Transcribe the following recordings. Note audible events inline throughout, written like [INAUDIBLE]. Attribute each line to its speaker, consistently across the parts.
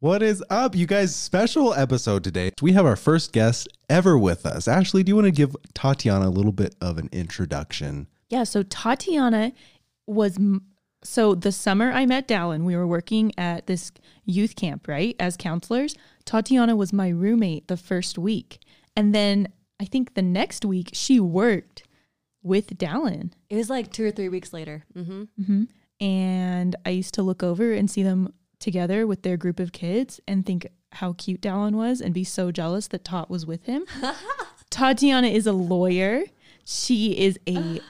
Speaker 1: What is up, you guys? Special episode today. We have our first guest ever with us. Ashley, do you want to give Tatiana a little bit of an introduction?
Speaker 2: Yeah, so Tatiana was m- so the summer I met Dallin, we were working at this youth camp, right? As counselors, Tatiana was my roommate the first week. And then I think the next week she worked with Dallin.
Speaker 3: It was like two or three weeks later.
Speaker 2: Mm-hmm.
Speaker 3: hmm
Speaker 2: And I used to look over and see them together with their group of kids and think how cute Dallin was and be so jealous that Tot was with him. Tatiana is a lawyer. She is a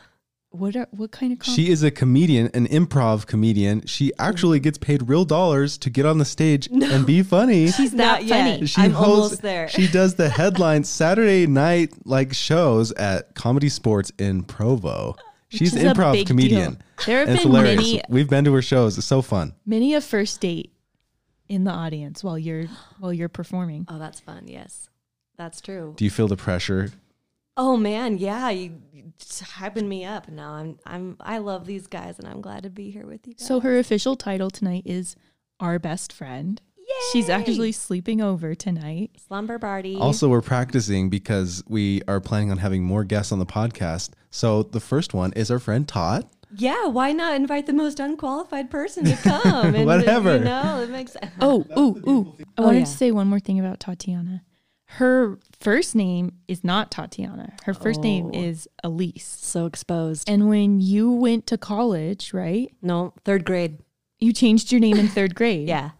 Speaker 2: what are what kind of
Speaker 1: She is a comedian, an improv comedian. She actually gets paid real dollars to get on the
Speaker 2: [LAUGHS]
Speaker 1: stage and be funny.
Speaker 3: She's
Speaker 2: Not
Speaker 3: not,
Speaker 2: funny.
Speaker 3: yet.
Speaker 1: She
Speaker 3: I'm
Speaker 1: hosts-
Speaker 3: almost there.
Speaker 1: She does the headline Saturday night like shows at Comedy Sports in Provo. She's
Speaker 2: is
Speaker 1: an
Speaker 2: a
Speaker 1: improv
Speaker 2: big
Speaker 1: comedian.
Speaker 2: deal. There have
Speaker 1: And it's
Speaker 2: been
Speaker 1: hilarious.
Speaker 2: many
Speaker 1: We've been to her shows. It's so fun.
Speaker 2: many a first date in the audience while you're while you're performing. [GASPS]
Speaker 3: oh, that's fun. Yes, that's true.
Speaker 1: Do you feel the pressure?
Speaker 3: Oh man, yeah, you, you just hyping me up. Now I'm, I'm, I love these guys, and I'm glad to be here with you. Guys.
Speaker 2: So her official title tonight is our best friend. She's
Speaker 3: Yay!
Speaker 2: actually sleeping over tonight.
Speaker 3: slumber party.
Speaker 1: Also, we're practicing because we are planning on having more guests on the podcast. So the first one is our friend Todd.
Speaker 3: yeah, why not invite the most unqualified person
Speaker 1: [LAUGHS]
Speaker 3: to come? And,
Speaker 1: Whatever.
Speaker 3: You know, it makes.
Speaker 2: Oh, ooh, ooh. I wanted
Speaker 3: yeah.
Speaker 2: to say one more thing about Tatiana. Her first name is not Tatiana. Her first name
Speaker 3: Oh.
Speaker 2: is Elise.
Speaker 3: So exposed.
Speaker 2: And when you went to college, right?
Speaker 3: No, third grade.
Speaker 2: You changed your name in
Speaker 3: [LAUGHS]
Speaker 2: third grade.
Speaker 3: Yeah.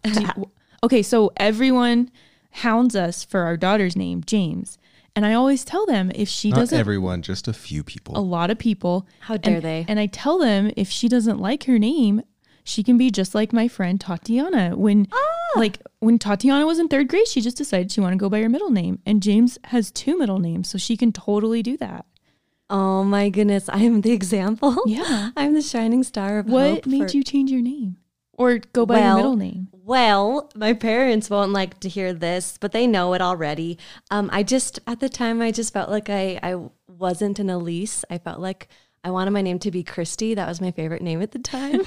Speaker 2: okay, so everyone hounds us for our daughter's name, James. And I always tell them if she
Speaker 1: Not
Speaker 2: doesn't,
Speaker 1: everyone, just a few
Speaker 2: a
Speaker 1: people.
Speaker 2: lot of people.
Speaker 3: How dare
Speaker 2: And,
Speaker 3: they?
Speaker 2: and I tell them if she doesn't like her name, she can be just like my friend Tatiana. When,
Speaker 3: Ah.
Speaker 2: like, when Tatiana was in third grade, she just decided she wanted to go by her middle name. And James has two middle names, so she can totally do that.
Speaker 3: Oh my goodness, I am the example.
Speaker 2: Yeah.
Speaker 3: [LAUGHS] I'm the shining star of
Speaker 2: What
Speaker 3: hope
Speaker 2: made
Speaker 3: for-
Speaker 2: you change your name or go by your
Speaker 3: Well,
Speaker 2: middle name?
Speaker 3: Well, my parents won't like to hear this, but they know it already. Um, I just at the time I just felt like I I wasn't an Elise. I felt like I wanted my name to be Christy. That was my favorite name at the time.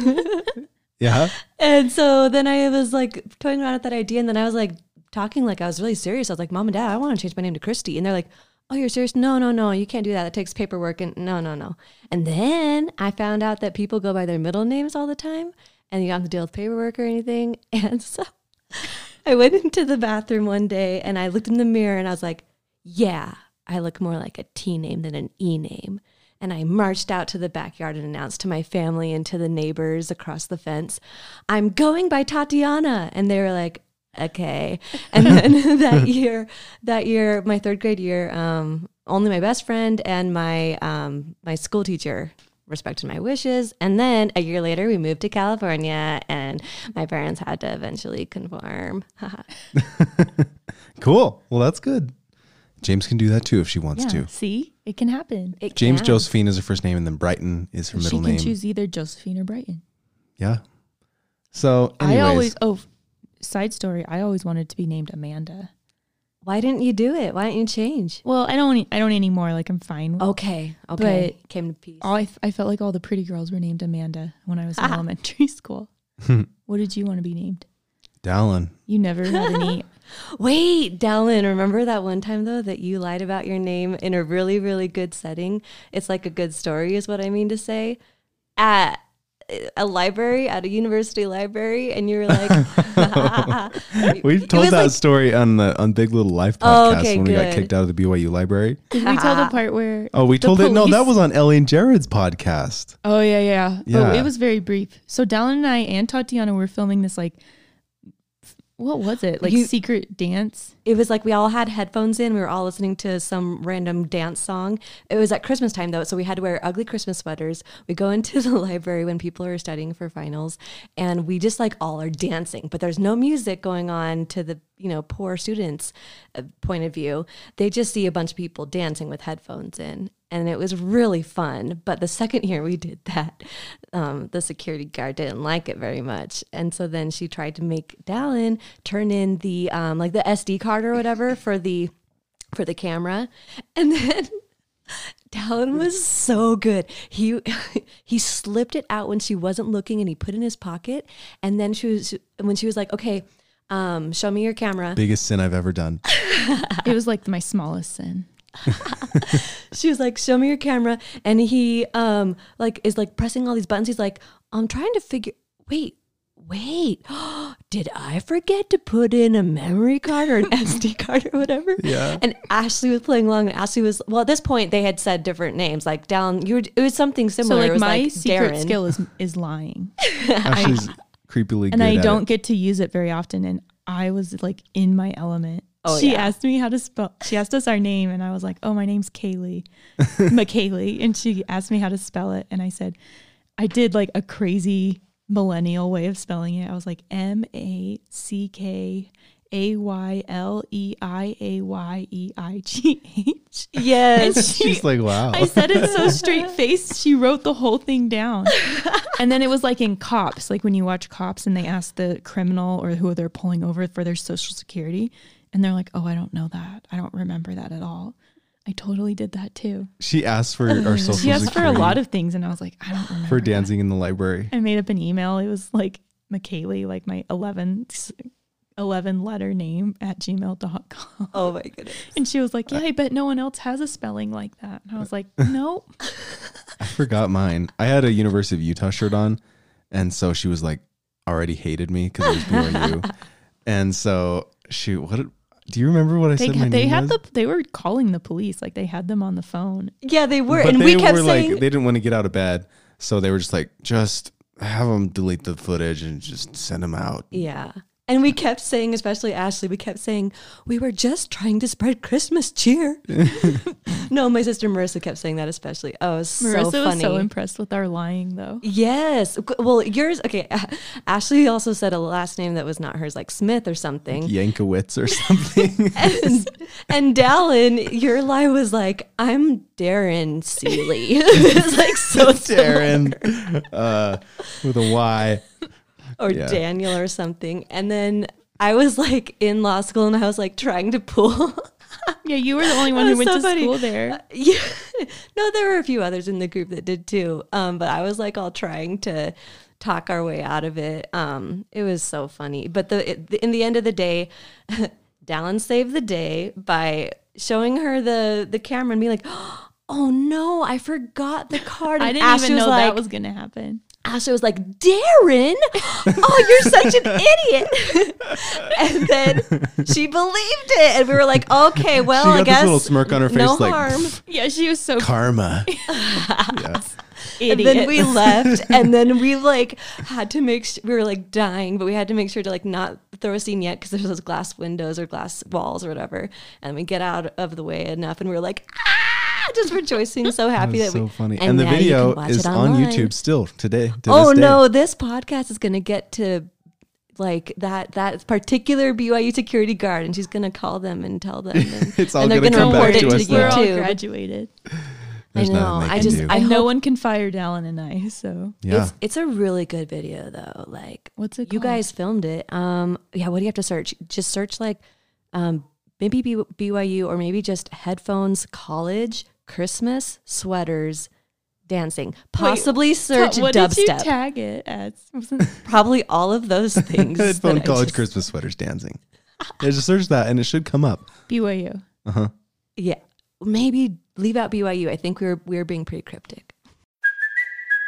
Speaker 1: Yeah.
Speaker 3: and so then I was like toying around with that idea, and then I was like talking like I was really serious. I was like, Mom and Dad, I want to change my name to Christy, and they're like. Oh, you're serious? No, no, no. You can't do that. That takes paperwork and no, no, no. And then I found out that people go by their middle names all the time and you don't have to deal with paperwork or anything. [LAUGHS] And so I went into the bathroom one day and I looked in the mirror and I was like, yeah, I look more like a T name than an E name. And I marched out to the backyard and announced to my family and to the neighbors across the fence, I'm going by Tatiana. And they were like, okay. And then [LAUGHS] that year, that year, my third grade year, um, only my best friend and my um, my school teacher respected my wishes. And then a year later, we moved to California, and my parents had to eventually conform. [LAUGHS]
Speaker 1: Cool. Well, that's good. James can do that too if she wants
Speaker 2: Yeah.
Speaker 1: to.
Speaker 2: See, it can happen.
Speaker 3: It
Speaker 1: James
Speaker 3: can.
Speaker 1: Josephine is her first name, and then Brighton is her
Speaker 2: she
Speaker 1: middle
Speaker 2: can
Speaker 1: name.
Speaker 2: choose either Josephine or Brighton.
Speaker 1: Yeah. So, anyways,
Speaker 2: I always oh, f- side story. I always wanted to be named Amanda.
Speaker 3: Why didn't you do it? Why didn't you change?
Speaker 2: Well, I don't. I don't anymore. Like I'm fine.
Speaker 1: Oh.
Speaker 2: with
Speaker 3: Okay, okay,
Speaker 2: But-
Speaker 3: came to peace.
Speaker 2: All I, f- I felt like all the pretty girls were named Amanda when I
Speaker 1: [LAUGHS]
Speaker 2: was in elementary school. what did you want to be named?
Speaker 1: Dallin.
Speaker 2: You never had
Speaker 1: [LAUGHS]
Speaker 2: any.
Speaker 3: Wait, Dallin, remember that one time though that you lied about your name in a really, really good setting? It's like a good story, is what I mean to say. At a library, at a university library, and you were like,
Speaker 1: We've told that story on the on Big Little Life
Speaker 2: Oh,
Speaker 1: podcast
Speaker 3: okay,
Speaker 1: when we got
Speaker 3: good.
Speaker 1: kicked out of the BYU library.
Speaker 2: Did we tell the part where?
Speaker 1: [LAUGHS] Oh, we
Speaker 2: the
Speaker 1: told it. No, that
Speaker 2: police-
Speaker 1: was on Ellie and Jared's podcast.
Speaker 2: Oh yeah, yeah.
Speaker 1: Yeah.
Speaker 2: Oh, it was very brief. So Dallin and I and Tatiana were filming this like, what was it? Like
Speaker 3: You-
Speaker 1: [LAUGHS]
Speaker 2: secret dance.
Speaker 3: it was like we all had headphones in. We were all listening to some random dance song. It was at Christmas time though, so we had to wear ugly Christmas sweaters. We go into [LAUGHS] the library when people are studying for finals, and we just like all are dancing, but there's no music going on to the you know poor students' uh, point of view. They just see a bunch of people dancing with headphones in, and it was really fun. But the second [LAUGHS] year we did that, um, the security guard didn't like it very much, and so then she tried to make Dallin turn in the um, like the SD card or whatever for the for the camera, and then. [LAUGHS] Dallin was so good. He [LAUGHS] he slipped it out when she wasn't looking, and he put it in his pocket. And then she was when she was like, "Okay, Um, show me your camera.
Speaker 1: Biggest sin I've ever
Speaker 2: [LAUGHS]
Speaker 1: done.
Speaker 2: It was like my smallest sin.
Speaker 3: she was like, "Show me your camera," and he um like is like pressing all these buttons. He's like, "I'm trying to figure. Wait, wait, [GASPS] did I forget to put in a memory card or an
Speaker 1: [LAUGHS]
Speaker 3: SD card or whatever?"
Speaker 1: Yeah.
Speaker 3: And Ashley was playing along, and Ashley was well. At this point, they had said different names. Like Dallin, you were, it was something
Speaker 2: So
Speaker 3: similar. it
Speaker 2: like
Speaker 3: was
Speaker 2: my
Speaker 3: like
Speaker 2: secret
Speaker 3: Darren.
Speaker 2: skill is is lying,
Speaker 1: Ashley's creepily good
Speaker 2: and I
Speaker 1: at
Speaker 2: don't
Speaker 1: it.
Speaker 2: get to use it very often. And I was like in my element.
Speaker 3: Oh,
Speaker 2: she
Speaker 3: yeah.
Speaker 2: asked me how to spell. She asked us our name, and I was like, "Oh, my
Speaker 1: [LAUGHS]
Speaker 2: name's Kaylee, McKaylee." And she asked me how to spell it, and I said, "I did like a crazy millennial way of spelling it. I was like M A C K A Y L E I A Y E I G H." [LAUGHS]
Speaker 3: Yes.
Speaker 1: She's like, wow.
Speaker 2: I said it so straight faced. She wrote the whole thing down. And then it was like in cops, like when you watch cops and they ask the criminal or who they're pulling over for their social security. And they're like, oh, I don't know that. I don't remember that at all. I totally did that too.
Speaker 1: she asked for our social
Speaker 2: She asked for a
Speaker 1: security
Speaker 2: lot of things. And I was like, I don't remember.
Speaker 1: for
Speaker 2: that."
Speaker 1: dancing in the library.
Speaker 2: I made up an email. It was like McKaylee, like my 11, 11 letter name at gmail.com.
Speaker 3: oh my goodness.
Speaker 2: And she was like, yeah, I bet no one else has a spelling like that. And I was like, no.
Speaker 1: I forgot mine. I had a University of Utah shirt on, and so she was like already hated me because it was
Speaker 2: [LAUGHS]
Speaker 1: BYU. and so she, what? did- Do you remember what I
Speaker 2: They,
Speaker 1: said? My
Speaker 2: they
Speaker 1: name
Speaker 2: had
Speaker 1: was?
Speaker 2: the they were calling the police like they had them on the phone.
Speaker 3: Yeah, they were,
Speaker 1: but
Speaker 3: and
Speaker 1: they
Speaker 3: we kept
Speaker 1: were like
Speaker 3: saying,
Speaker 1: they didn't want to get out of bed, so they were just like, just have them delete the footage and just send them out.
Speaker 3: Yeah. And we kept saying, especially Ashley, we kept saying, we were just trying to spread Christmas cheer. no, my sister Marissa kept saying that, especially. Oh, it was
Speaker 2: Marissa
Speaker 3: so
Speaker 2: was
Speaker 3: funny.
Speaker 2: so impressed with our lying though.
Speaker 3: yes. G- Well, yours, okay. [LAUGHS] Ashley also said a last name that was not hers, like Smith or something.
Speaker 2: [LAUGHS]
Speaker 1: Yankowitz or something.
Speaker 3: And, and Dallin, your lie was like, I'm Darren Seeley. [LAUGHS] it's like so,
Speaker 1: Darren [LAUGHS] uh, with a Y.
Speaker 3: or
Speaker 1: Yeah.
Speaker 3: Daniel or something. And then I was like in law school and I was like trying to pull.
Speaker 2: Yeah, you were the
Speaker 3: [LAUGHS]
Speaker 2: only one who
Speaker 3: was
Speaker 2: went
Speaker 3: so
Speaker 2: to
Speaker 3: funny.
Speaker 2: school there.
Speaker 3: Yeah. No, there were a few others in the group that did too. Um, but I was like all trying to talk our way out of it. Um, it was so funny. But the, it, in the end of the day, [LAUGHS] Dallin saved the day by showing her the the camera and being like, [GASPS] "Oh no, I forgot
Speaker 2: [LAUGHS]
Speaker 3: the card."
Speaker 2: I
Speaker 3: [LAUGHS] And
Speaker 2: didn't
Speaker 3: Ashley
Speaker 2: even know
Speaker 3: like,
Speaker 2: that was gonna
Speaker 3: [LAUGHS]
Speaker 2: happen.
Speaker 3: Ashley was like, Darren, [LAUGHS] oh, you're such an idiot. [LAUGHS] and then she believed it. And we were like, okay,
Speaker 1: [LAUGHS]
Speaker 3: well,
Speaker 1: She got
Speaker 3: I
Speaker 1: this
Speaker 3: guess.
Speaker 1: little smirk on her
Speaker 3: no
Speaker 1: face, like,
Speaker 3: harm.
Speaker 2: Yeah, she was so
Speaker 1: Karma. yeah.
Speaker 3: and
Speaker 2: idiot.
Speaker 3: then we left.
Speaker 1: [LAUGHS]
Speaker 3: And then we like had to make sure, we were like dying, but we had to make sure to like not throw a scene yet because there's those glass windows or glass walls or whatever. And we get out of the way enough. And we were like, ah, just rejoicing, so happy
Speaker 1: That's
Speaker 3: that,
Speaker 1: so
Speaker 3: we.
Speaker 1: funny. And,
Speaker 3: And,
Speaker 1: the
Speaker 3: now you
Speaker 1: video
Speaker 3: can watch
Speaker 1: is
Speaker 3: it
Speaker 1: on
Speaker 3: online.
Speaker 1: YouTube still today. to
Speaker 3: Oh
Speaker 1: this day.
Speaker 3: no, this podcast is going to get to like that that particular BYU security guard, and she's going to call them and tell them. And,
Speaker 1: [LAUGHS] It's all
Speaker 3: and
Speaker 1: gonna
Speaker 3: they're
Speaker 1: come
Speaker 3: gonna
Speaker 1: back
Speaker 3: report
Speaker 1: to
Speaker 3: it
Speaker 1: us
Speaker 3: to
Speaker 2: We're
Speaker 1: now.
Speaker 2: all
Speaker 3: YouTube.
Speaker 2: graduated.
Speaker 1: [LAUGHS] There's
Speaker 3: I know.
Speaker 1: nothing they
Speaker 3: I
Speaker 1: can
Speaker 3: just
Speaker 1: do.
Speaker 3: I
Speaker 2: And
Speaker 3: hope
Speaker 2: no one can fire Dallin and I, so
Speaker 1: Yeah.
Speaker 3: it's it's a really good video though. Like
Speaker 2: what's it
Speaker 3: you
Speaker 2: called?
Speaker 3: guys filmed it. Um, yeah. What do you have to search? Just search like, um, maybe B- BYU or maybe just headphones, college, Christmas sweaters, dancing. Possibly search
Speaker 2: what
Speaker 3: dubstep.
Speaker 2: did you tag it as? [LAUGHS] Wasn't-
Speaker 3: Probably all
Speaker 1: [LAUGHS]
Speaker 3: of those things.
Speaker 1: Headphone
Speaker 3: that I
Speaker 1: college
Speaker 3: [LAUGHS] just-
Speaker 1: Christmas sweaters dancing. Yeah, just search that and it should come up.
Speaker 2: BYU.
Speaker 1: Uh-huh.
Speaker 3: Yeah. Maybe leave out BYU. I think we were we were being pretty cryptic.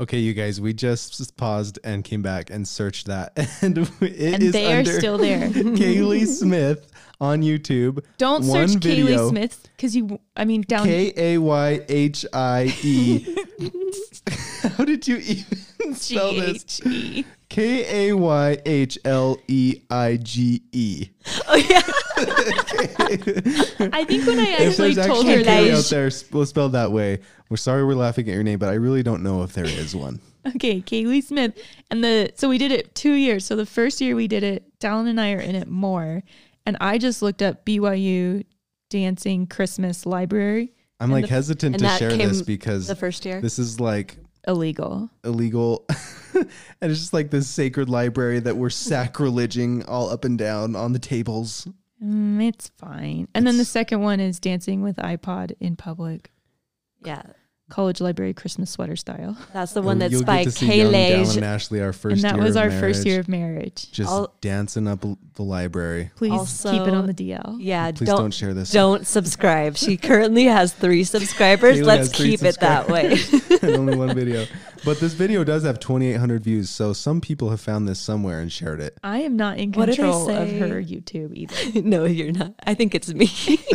Speaker 1: Okay, you guys, we just paused and came back and searched that, [LAUGHS] and it is
Speaker 2: and they are
Speaker 1: under
Speaker 2: still
Speaker 1: [LAUGHS]
Speaker 2: there.
Speaker 1: Kaylee Smith on YouTube.
Speaker 2: Don't
Speaker 1: One
Speaker 2: search
Speaker 1: video.
Speaker 2: Kaylee Smith because you. I mean, down.
Speaker 1: K A Y H I E.
Speaker 3: [LAUGHS]
Speaker 1: [LAUGHS] How did you even spell this?
Speaker 2: G-H-E.
Speaker 1: K A Y H L E I G E.
Speaker 2: Oh yeah. [LAUGHS] I think when I
Speaker 1: If
Speaker 2: actually
Speaker 1: there's
Speaker 2: told
Speaker 1: actually a
Speaker 2: her
Speaker 1: Kaylee out
Speaker 2: that,
Speaker 1: there s- well, spelled that way, we're sorry we're laughing at your name, but I really don't know if there is one.
Speaker 2: okay, Kaylee Smith, and the so we did it two years. So the first year we did it, Dallin and I are in it more, and I just looked up BYU dancing Christmas library
Speaker 1: I'm like hesitant
Speaker 3: and
Speaker 1: to
Speaker 3: that
Speaker 1: share
Speaker 3: came
Speaker 1: this because
Speaker 3: the first year?
Speaker 1: this is like
Speaker 2: illegal.
Speaker 1: illegal. [LAUGHS] and it's just like this sacred library that we're sacrileging all up and down on the tables.
Speaker 2: Mm, it's fine. And then the second one is dancing with iPod in public,
Speaker 3: Yeah,
Speaker 2: college library Christmas sweater style,
Speaker 3: that's the one
Speaker 1: And
Speaker 3: that's
Speaker 1: Oh, you'll
Speaker 3: by
Speaker 1: get to see young Dallin
Speaker 3: Kayleigh.
Speaker 1: and Ashley our first
Speaker 2: and that
Speaker 1: year
Speaker 2: was
Speaker 1: of
Speaker 2: our first
Speaker 1: marriage,
Speaker 2: year of marriage.
Speaker 1: just
Speaker 3: I'll-
Speaker 1: dancing up l- the library.
Speaker 2: Please keep it
Speaker 3: Also-
Speaker 2: on the DL.
Speaker 3: Yeah,
Speaker 1: Please
Speaker 3: don't,
Speaker 1: don't share this.
Speaker 3: Don't subscribe. She currently
Speaker 1: [LAUGHS]
Speaker 3: has three subscribers.
Speaker 1: Kaylee
Speaker 3: Let's
Speaker 1: has three
Speaker 3: keep it that way.
Speaker 1: [LAUGHS] and only one video. But this video does have 2,800 views, so some people have found this somewhere and shared it.
Speaker 2: I am not in
Speaker 3: What did I
Speaker 2: control of
Speaker 3: say?
Speaker 2: her YouTube either.
Speaker 3: [LAUGHS] no, you're not. I think
Speaker 1: [LAUGHS]
Speaker 3: it's me.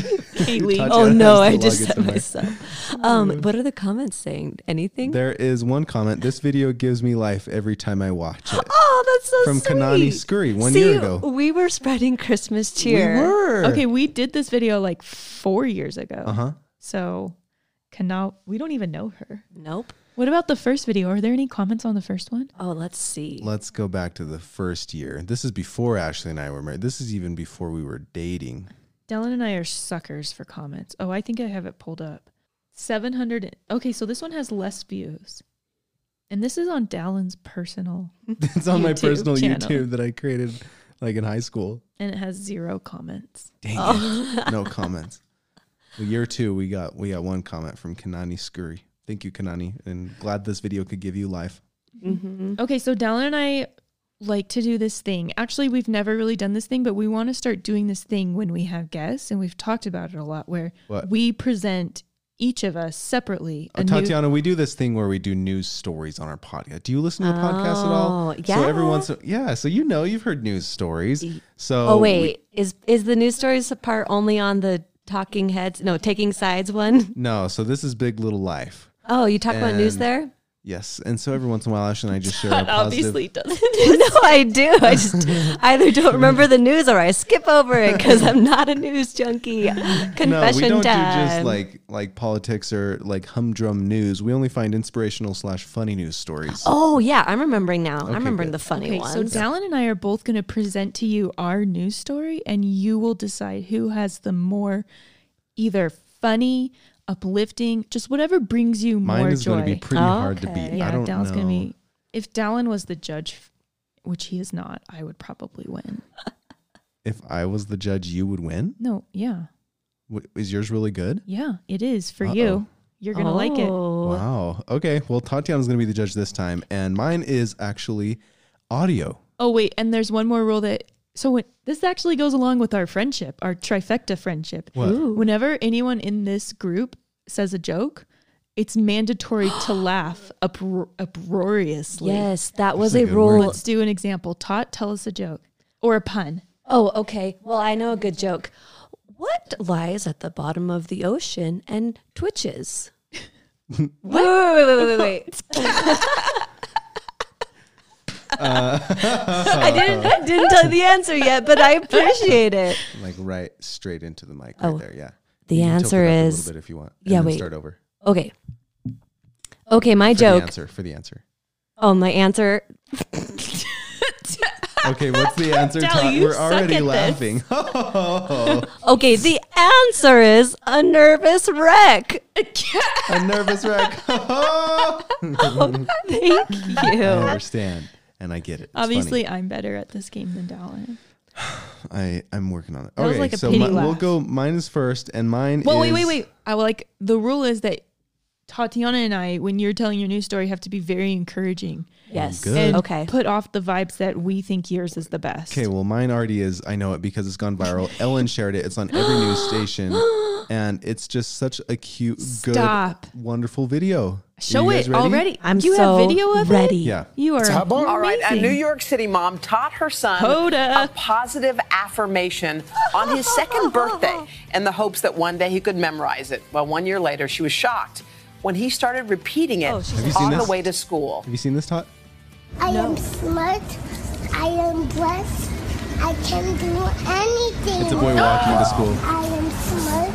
Speaker 2: Kaylee.
Speaker 1: Touch
Speaker 3: oh
Speaker 1: it. Has
Speaker 3: no, I
Speaker 1: the
Speaker 3: just
Speaker 1: luggage
Speaker 3: said
Speaker 1: in there.
Speaker 3: myself.
Speaker 1: Mm-hmm.
Speaker 3: Um, what are the comments saying? Anything?
Speaker 1: There is one comment. This video gives me life every time I watch
Speaker 2: [GASPS]
Speaker 1: it.
Speaker 3: Oh, that's so
Speaker 1: From
Speaker 3: sweet.
Speaker 1: Kanani Scurry one
Speaker 3: See,
Speaker 1: year ago.
Speaker 3: We were spreading Christmas
Speaker 1: We
Speaker 3: cheer.
Speaker 1: were.
Speaker 2: Okay, we did this video like four years ago.
Speaker 1: Uh huh.
Speaker 2: So, can now we don't even know her.
Speaker 3: Nope.
Speaker 2: What about the first video? Are there any comments on the first one?
Speaker 3: Oh, let's see.
Speaker 1: Let's go back to the first year. This is before Ashley and I were married. This is even before we were dating. [LAUGHS]
Speaker 2: Dylan and I are suckers for comments. Oh, I think I have it pulled up. 700. Okay, so this one has less views. And this is on Dallin's personal,
Speaker 1: It's on my
Speaker 2: YouTube
Speaker 1: personal
Speaker 2: channel.
Speaker 1: YouTube that I created like in high
Speaker 2: [LAUGHS]
Speaker 1: school.
Speaker 2: and it has zero comments.
Speaker 1: Dang it. No comments. Well, year two, we got we got one comment from Kanani Scurry. Thank you, Kanani, and glad this video could give you life.
Speaker 2: Okay, so Dallin and I like to do this thing. Actually, we've never really done this thing, but we want to start doing this thing when we have guests, and we've talked about it a lot where
Speaker 1: What?
Speaker 2: we present each of us separately.
Speaker 1: Uh,
Speaker 2: a new-
Speaker 1: Tatiana, we do this thing where we do news stories on our podcast. Do you listen to the podcast at all?
Speaker 3: Oh,
Speaker 1: So every
Speaker 3: yeah.
Speaker 1: once, yeah. So you know you've heard news stories. So
Speaker 3: oh
Speaker 1: we-
Speaker 3: wait, is is the news stories part only on the talking heads? No, taking sides one. [LAUGHS]
Speaker 1: no. So this is Big Little Life.
Speaker 3: Oh, you talk about news
Speaker 1: And-
Speaker 3: there? [LAUGHS]
Speaker 1: Yes, and so every once in a while, Ash and I just share a
Speaker 2: That
Speaker 1: positive.
Speaker 2: obviously doesn't.
Speaker 3: no, I do.
Speaker 1: [LAUGHS]
Speaker 3: I just either don't remember the news or I skip over it because I'm not a news junkie. Confession [LAUGHS]
Speaker 1: no, we don't
Speaker 3: time.
Speaker 1: do just like like politics or like humdrum news. We only find inspirational slash funny news stories.
Speaker 3: Oh yeah, I'm remembering now. I'm remembering
Speaker 1: good.
Speaker 3: the funny
Speaker 2: Okay, so
Speaker 3: ones.
Speaker 2: Dallin and I are both going to present to you our news story, and you will decide who has the more either funny, uplifting, just whatever brings you
Speaker 1: Mine
Speaker 2: more
Speaker 1: is
Speaker 2: joy.
Speaker 1: going to be pretty hard to
Speaker 3: Okay.
Speaker 1: beat.
Speaker 2: yeah,
Speaker 1: I don't
Speaker 2: Dallin's
Speaker 1: know.
Speaker 2: going to be. If Dallin was the judge, which he is not, I would probably win.
Speaker 1: If I was the judge, you would win.
Speaker 2: No, yeah,
Speaker 1: W- Is yours really good?
Speaker 2: yeah, it is for
Speaker 1: Uh-oh.
Speaker 2: you. You're going to like it.
Speaker 3: Oh.
Speaker 1: Wow. Okay. Well, Tatiana's going to be the judge this time, and mine is actually audio.
Speaker 2: Oh wait, and there's one more rule that so when, this actually goes along with our friendship, our trifecta friendship.
Speaker 1: What?
Speaker 2: Whenever anyone in this group says a joke, it's mandatory
Speaker 1: [GASPS]
Speaker 2: to laugh upro- uproariously.
Speaker 3: Yes, that was
Speaker 1: a
Speaker 3: a
Speaker 1: good
Speaker 3: rule.
Speaker 1: word.
Speaker 2: Let's do an example. Tot, tell us a joke or a pun.
Speaker 3: Oh, okay. Well, I know a good joke. What lies at the bottom of the ocean and
Speaker 1: [LAUGHS]
Speaker 3: twitches? Wait, wait, wait, wait, wait, wait.
Speaker 1: Uh,
Speaker 3: [LAUGHS] I didn't, I didn't tell the answer yet, but I appreciate it.
Speaker 1: Like right straight into the mic right
Speaker 3: Oh.
Speaker 1: there. Yeah.
Speaker 3: The
Speaker 1: You can tilt
Speaker 3: answer
Speaker 1: it up a
Speaker 3: is
Speaker 1: little bit if you want.
Speaker 3: Yeah,
Speaker 1: And then
Speaker 3: wait.
Speaker 1: Start over.
Speaker 3: okay. Okay, my
Speaker 1: For the
Speaker 3: joke.
Speaker 1: answer. For the answer.
Speaker 3: Oh, my answer.
Speaker 1: Okay, what's
Speaker 2: [LAUGHS]
Speaker 1: the answer?
Speaker 2: Dell,
Speaker 1: Todd?
Speaker 2: you
Speaker 1: We're
Speaker 2: suck
Speaker 1: already
Speaker 2: at this.
Speaker 1: laughing. [LAUGHS]
Speaker 3: Okay, the answer is a nervous wreck.
Speaker 1: a nervous wreck. [LAUGHS] I
Speaker 3: Thank [LAUGHS] you.
Speaker 1: understand, and I get it. It's funny.
Speaker 2: Obviously, I'm better at this game than Dallin.
Speaker 1: I I'm working on it.
Speaker 2: was
Speaker 1: okay,
Speaker 2: like a
Speaker 1: so
Speaker 2: pity
Speaker 1: mi- we'll
Speaker 2: laugh.
Speaker 1: go. Mine is first, and mine.
Speaker 2: Well, wait,
Speaker 1: is-
Speaker 2: wait, wait. I will like the rule is that Tatiana and I, when you're telling your news story, have to be very encouraging
Speaker 3: Yes.
Speaker 1: Good.
Speaker 2: and
Speaker 3: Okay.
Speaker 2: put off the vibes that we think yours is the best.
Speaker 1: Okay, well, mine already is. I know it because it's gone viral. Ellen shared it. It's on every news
Speaker 2: [GASPS]
Speaker 1: station, and it's just such a cute,
Speaker 2: Stop.
Speaker 1: good, wonderful video.
Speaker 2: Show
Speaker 1: Are you guys
Speaker 2: it
Speaker 1: ready?
Speaker 2: already.
Speaker 3: I'm
Speaker 2: you
Speaker 3: so
Speaker 2: have video of
Speaker 3: ready.
Speaker 2: it.
Speaker 1: Yeah.
Speaker 2: You are amazing.
Speaker 4: All right, a New York City mom taught her son
Speaker 2: Hoda.
Speaker 4: a positive affirmation on his second birthday in the hopes that one day he could memorize it. Well, one year later, she was shocked when he started repeating it
Speaker 1: Have you seen
Speaker 4: on
Speaker 1: this?
Speaker 4: the way to school.
Speaker 1: Have you seen this, Tot?
Speaker 5: I am smart. I am blessed. I can do anything.
Speaker 1: It's a
Speaker 2: [GASPS]
Speaker 1: boy walking to school.
Speaker 5: I am smart.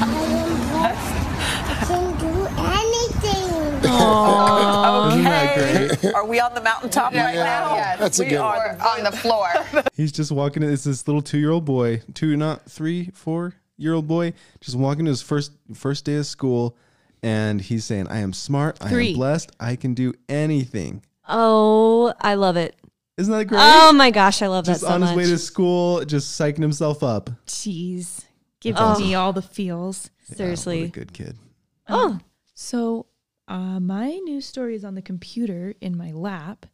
Speaker 5: I am blessed. I can do anything.
Speaker 2: Oh,
Speaker 1: Isn't that great?
Speaker 4: Are we on the mountaintop right now?
Speaker 6: That's a
Speaker 4: we
Speaker 6: good
Speaker 4: are
Speaker 6: one.
Speaker 4: on the floor.
Speaker 1: He's just walking. It's this little two-year-old boy, two not three, four-year-old boy, just walking to his first first day of school, and he's saying, "I am smart. I
Speaker 2: Three.
Speaker 1: am blessed. I can do anything."
Speaker 3: Oh, I love it.
Speaker 1: Isn't that great?
Speaker 3: Oh my gosh, I love
Speaker 1: just
Speaker 3: that so
Speaker 1: on
Speaker 3: much.
Speaker 1: his way to school, just psyching himself up.
Speaker 2: Jeez, giving me all the feels.
Speaker 1: What a
Speaker 3: Seriously.
Speaker 1: good kid.
Speaker 3: Oh,
Speaker 2: So, uh, my news story is on the computer in my lap,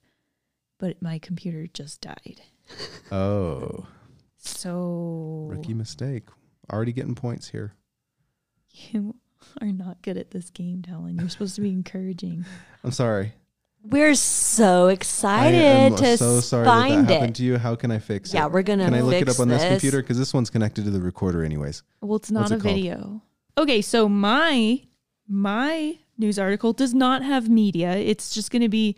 Speaker 2: but my computer just died.
Speaker 1: Oh,
Speaker 2: So
Speaker 1: rookie mistake. Already getting points here.
Speaker 2: [LAUGHS] you are not good at this game, Talon. You're supposed to be encouraging.
Speaker 1: I'm sorry.
Speaker 3: we're so excited to
Speaker 1: so sorry that,
Speaker 3: find
Speaker 1: that happened
Speaker 3: it.
Speaker 1: to you. How can I fix
Speaker 3: Yeah,
Speaker 1: it?
Speaker 3: we're gonna
Speaker 1: Can I look it
Speaker 3: fix
Speaker 1: up on this,
Speaker 3: this.
Speaker 1: computer? Because this one's connected to the recorder, anyways.
Speaker 2: Well,
Speaker 1: What's
Speaker 2: it's not
Speaker 1: it
Speaker 2: a
Speaker 1: called?
Speaker 2: video. Okay, so my my news article does not have media. It's just going to be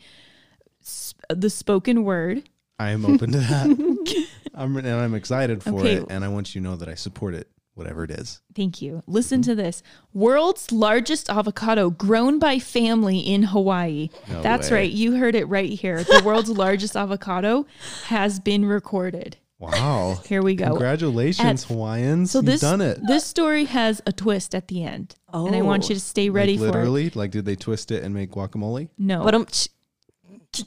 Speaker 2: sp- the spoken word.
Speaker 1: I am open to
Speaker 2: [LAUGHS]
Speaker 1: that. I'm and I'm excited for
Speaker 2: Okay.
Speaker 1: it, and I want you to know that I support it, whatever it is.
Speaker 2: Thank you. Listen to this. World's largest avocado grown by family in Hawaii.
Speaker 1: No
Speaker 2: That's
Speaker 1: way.
Speaker 2: right. You heard it right here. The world's [LAUGHS] largest avocado has been recorded. [LAUGHS]
Speaker 1: Wow!
Speaker 2: Here we go.
Speaker 1: Congratulations,
Speaker 2: At-
Speaker 1: Hawaiians!
Speaker 2: So
Speaker 1: You've
Speaker 2: this
Speaker 1: done it.
Speaker 2: this story has a twist at the end. And I want you to stay
Speaker 1: Like,
Speaker 2: ready for it.
Speaker 1: literally, like, did they twist it and make guacamole?
Speaker 2: No.
Speaker 3: But um, ch-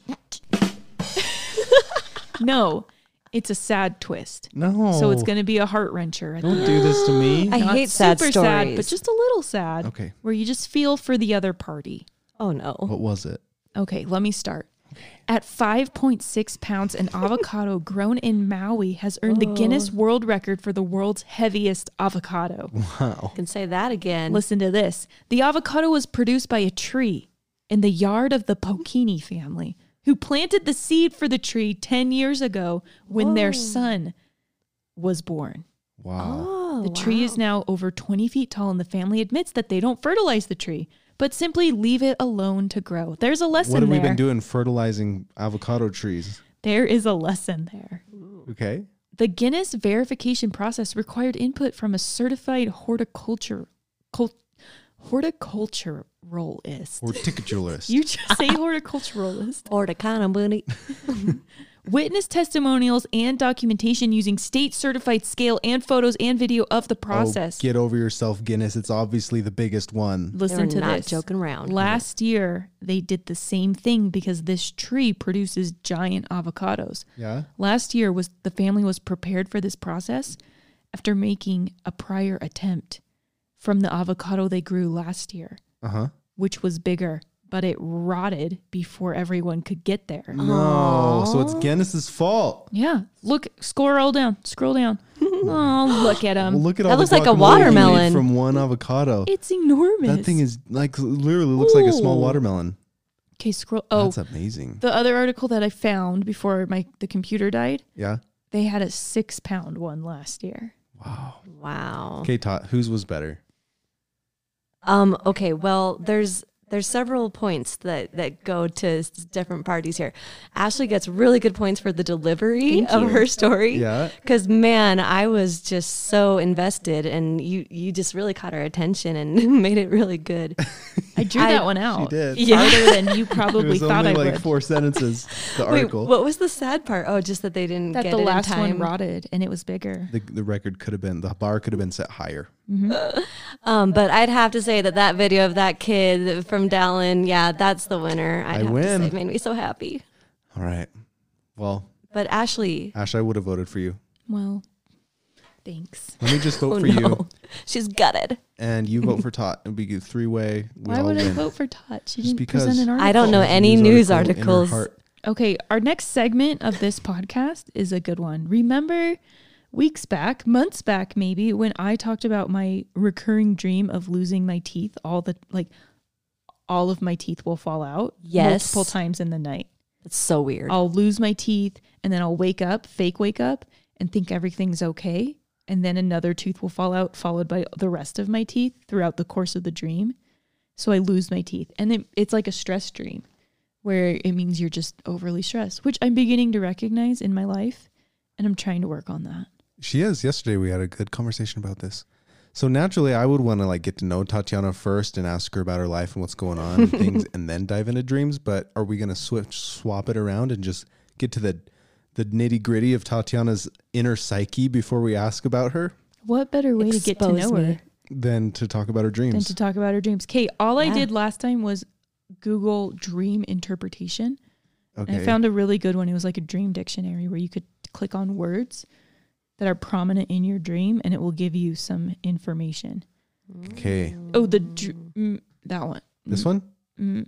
Speaker 2: no. It's a sad twist.
Speaker 1: No.
Speaker 2: So it's going to be a heart
Speaker 3: [GASPS]
Speaker 2: wrencher at the
Speaker 1: Don't
Speaker 2: end.
Speaker 1: do this to me.
Speaker 3: I
Speaker 2: Not
Speaker 3: Oh. hate sad
Speaker 2: super
Speaker 3: stories.
Speaker 2: sad, but just a little sad.
Speaker 1: Okay.
Speaker 2: Where you just feel for the other party.
Speaker 3: oh no.
Speaker 1: what was it? [LAUGHS]
Speaker 2: Okay, let me start. At 5.6 pounds, an
Speaker 3: [LAUGHS]
Speaker 2: avocado grown in Maui has earned the Guinness World Record for the world's heaviest avocado.
Speaker 3: I
Speaker 2: Oh.
Speaker 3: can say that again.
Speaker 2: Listen to this. The avocado was produced by a tree in the yard of the Pokini family, who planted the seed for the tree 10 years ago when their son was born.
Speaker 1: Wow.
Speaker 3: oh,
Speaker 2: The tree is now over 20 feet tall, and the family admits that they don't fertilize the tree, but simply leave it alone to grow. There's a lesson
Speaker 1: what have
Speaker 2: there.
Speaker 1: we been doing fertilizing avocado trees?
Speaker 2: There is a lesson there.
Speaker 1: Okay.
Speaker 2: The Guinness verification process required input from a certified horticulture cult, horticulturalist.
Speaker 1: Horticulturist.
Speaker 2: you just say
Speaker 3: [LAUGHS]
Speaker 2: horticulturalist.
Speaker 3: or the kind of money.
Speaker 2: Witness testimonials and documentation using state certified scale and photos and video of the
Speaker 1: Oh,
Speaker 2: process.
Speaker 1: get over yourself, Guinness. It's obviously the biggest one.
Speaker 3: They
Speaker 2: Listen
Speaker 3: were
Speaker 2: to
Speaker 3: not
Speaker 2: this.
Speaker 3: joking around.
Speaker 2: Last year, they did the same thing because this tree produces giant avocados.
Speaker 1: Yeah.
Speaker 2: Last year was the family was prepared for this process after making a prior attempt from the avocado they grew last year,
Speaker 1: Uh huh.
Speaker 2: which was bigger, but it rotted before everyone could get there.
Speaker 1: No. So it's Guinness's fault.
Speaker 2: Yeah, look, scroll down,
Speaker 1: [LAUGHS]
Speaker 2: scroll down. oh, look at
Speaker 1: Well,
Speaker 2: them.
Speaker 1: look at
Speaker 3: That
Speaker 1: all the
Speaker 3: looks like a
Speaker 1: guacamole we made
Speaker 3: watermelon.
Speaker 1: from one avocado.
Speaker 2: it's enormous.
Speaker 1: that thing is like literally looks like a small
Speaker 2: Ooh.
Speaker 1: watermelon.
Speaker 2: okay. Scroll. Oh,
Speaker 1: That's amazing.
Speaker 2: the other article that I found before my the computer died.
Speaker 1: Yeah.
Speaker 2: They had a six pound one last year.
Speaker 3: Wow.
Speaker 1: Okay, Tot, whose was better?
Speaker 3: Um, okay, well, there's there's several points that that go to s- different parties here. Ashley gets really good points for the delivery of her story.
Speaker 1: Yeah.
Speaker 3: Cuz man, I was
Speaker 1: [LAUGHS]
Speaker 3: just [LAUGHS] so invested and you you just really caught our attention and made it really good.
Speaker 2: I drew
Speaker 3: [LAUGHS] I-
Speaker 2: that one out.
Speaker 1: did.
Speaker 2: Yeah. Harder
Speaker 3: [LAUGHS]
Speaker 2: than you probably
Speaker 1: it was
Speaker 2: thought
Speaker 1: only
Speaker 2: I
Speaker 1: like
Speaker 2: would.
Speaker 1: four
Speaker 2: [LAUGHS]
Speaker 1: sentences. The article.
Speaker 3: Wait, what was the sad part? Oh, just that they didn't
Speaker 2: that
Speaker 3: get
Speaker 2: the
Speaker 3: it
Speaker 2: last
Speaker 3: in
Speaker 2: one
Speaker 3: time.
Speaker 2: rotted and it was bigger.
Speaker 1: the, the record could have been the bar could have been set higher.
Speaker 3: Um, but I'd have to say that that video of that kid from Dallin, yeah, that's the winner. I'd
Speaker 1: I
Speaker 3: have to
Speaker 1: win.
Speaker 3: say. It made me so happy.
Speaker 1: All right. Well,
Speaker 3: But Ashley,
Speaker 1: Ash, I would have voted for you.
Speaker 2: Well, thanks.
Speaker 1: Let me just vote
Speaker 3: oh
Speaker 1: for
Speaker 3: no,
Speaker 1: you,
Speaker 3: she's gutted.
Speaker 1: and you
Speaker 3: [LAUGHS]
Speaker 1: vote for Tot, and we get three way. We
Speaker 2: Why
Speaker 1: all
Speaker 2: would I
Speaker 1: win.
Speaker 2: vote for Tot? She
Speaker 1: Just
Speaker 2: didn't present
Speaker 1: because-
Speaker 2: an article.
Speaker 3: I don't know
Speaker 1: There's a
Speaker 3: any news
Speaker 1: article in her
Speaker 3: articles.
Speaker 1: heart.
Speaker 2: Okay, our next segment of this podcast is a good one. Remember weeks back, months back maybe, when I talked about my recurring dream of losing my teeth, all the like all of my teeth will fall out
Speaker 3: Yes.
Speaker 2: multiple times in the night.
Speaker 3: It's so weird.
Speaker 2: I'll lose my teeth and then I'll wake up, fake wake up, and think everything's okay. And then another tooth will fall out, followed by the rest of my teeth throughout the course of the dream. So I lose my teeth. And it, it's like a stress dream where it means you're just overly stressed, which I'm beginning to recognize in my life. And I'm trying to work on that.
Speaker 1: She is. Yesterday we had a good conversation about this. So naturally, I would want to like get to know Tatiana first and ask her about her life and what's going on
Speaker 3: [LAUGHS]
Speaker 1: and things, and then dive into dreams. But are we going to switch swap it around and just get to the the nitty gritty of Tatiana's inner psyche before we ask about her,
Speaker 2: What better way to get to know
Speaker 3: Expose me.
Speaker 2: her
Speaker 1: than to talk about her
Speaker 2: than
Speaker 1: dreams?
Speaker 2: to talk about her dreams? Kate, all I
Speaker 3: Yeah.
Speaker 2: did last time was Google dream interpretation. And
Speaker 1: okay.
Speaker 2: I found a really good one. It was like a dream dictionary where you could click on words that are prominent in your dream and it will give you some information.
Speaker 1: okay.
Speaker 2: Oh, the dr- mm, that one.
Speaker 1: This one.
Speaker 2: Mm.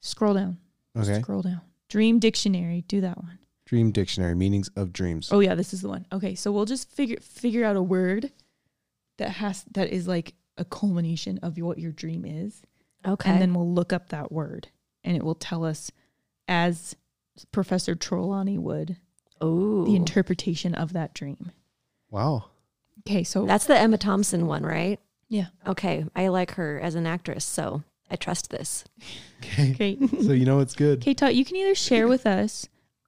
Speaker 2: Scroll down.
Speaker 1: Okay.
Speaker 2: Scroll down. Dream dictionary. Do that one.
Speaker 1: Dream dictionary meanings of dreams.
Speaker 2: Oh yeah, this is the one. Okay, so we'll just figure figure out a word that has that is like a culmination of what your dream is.
Speaker 3: okay.
Speaker 2: And then we'll look up that word and it will tell us as Professor Trolani would
Speaker 3: oh,
Speaker 2: the interpretation of that dream.
Speaker 1: Wow.
Speaker 2: Okay, so
Speaker 3: that's the Emma Thompson one, right?
Speaker 2: yeah,
Speaker 3: Okay, I like her as an actress, so I trust this.
Speaker 1: Okay.
Speaker 2: great.
Speaker 1: [LAUGHS] So you know it's good.
Speaker 2: Kate, Tot, you can either share with us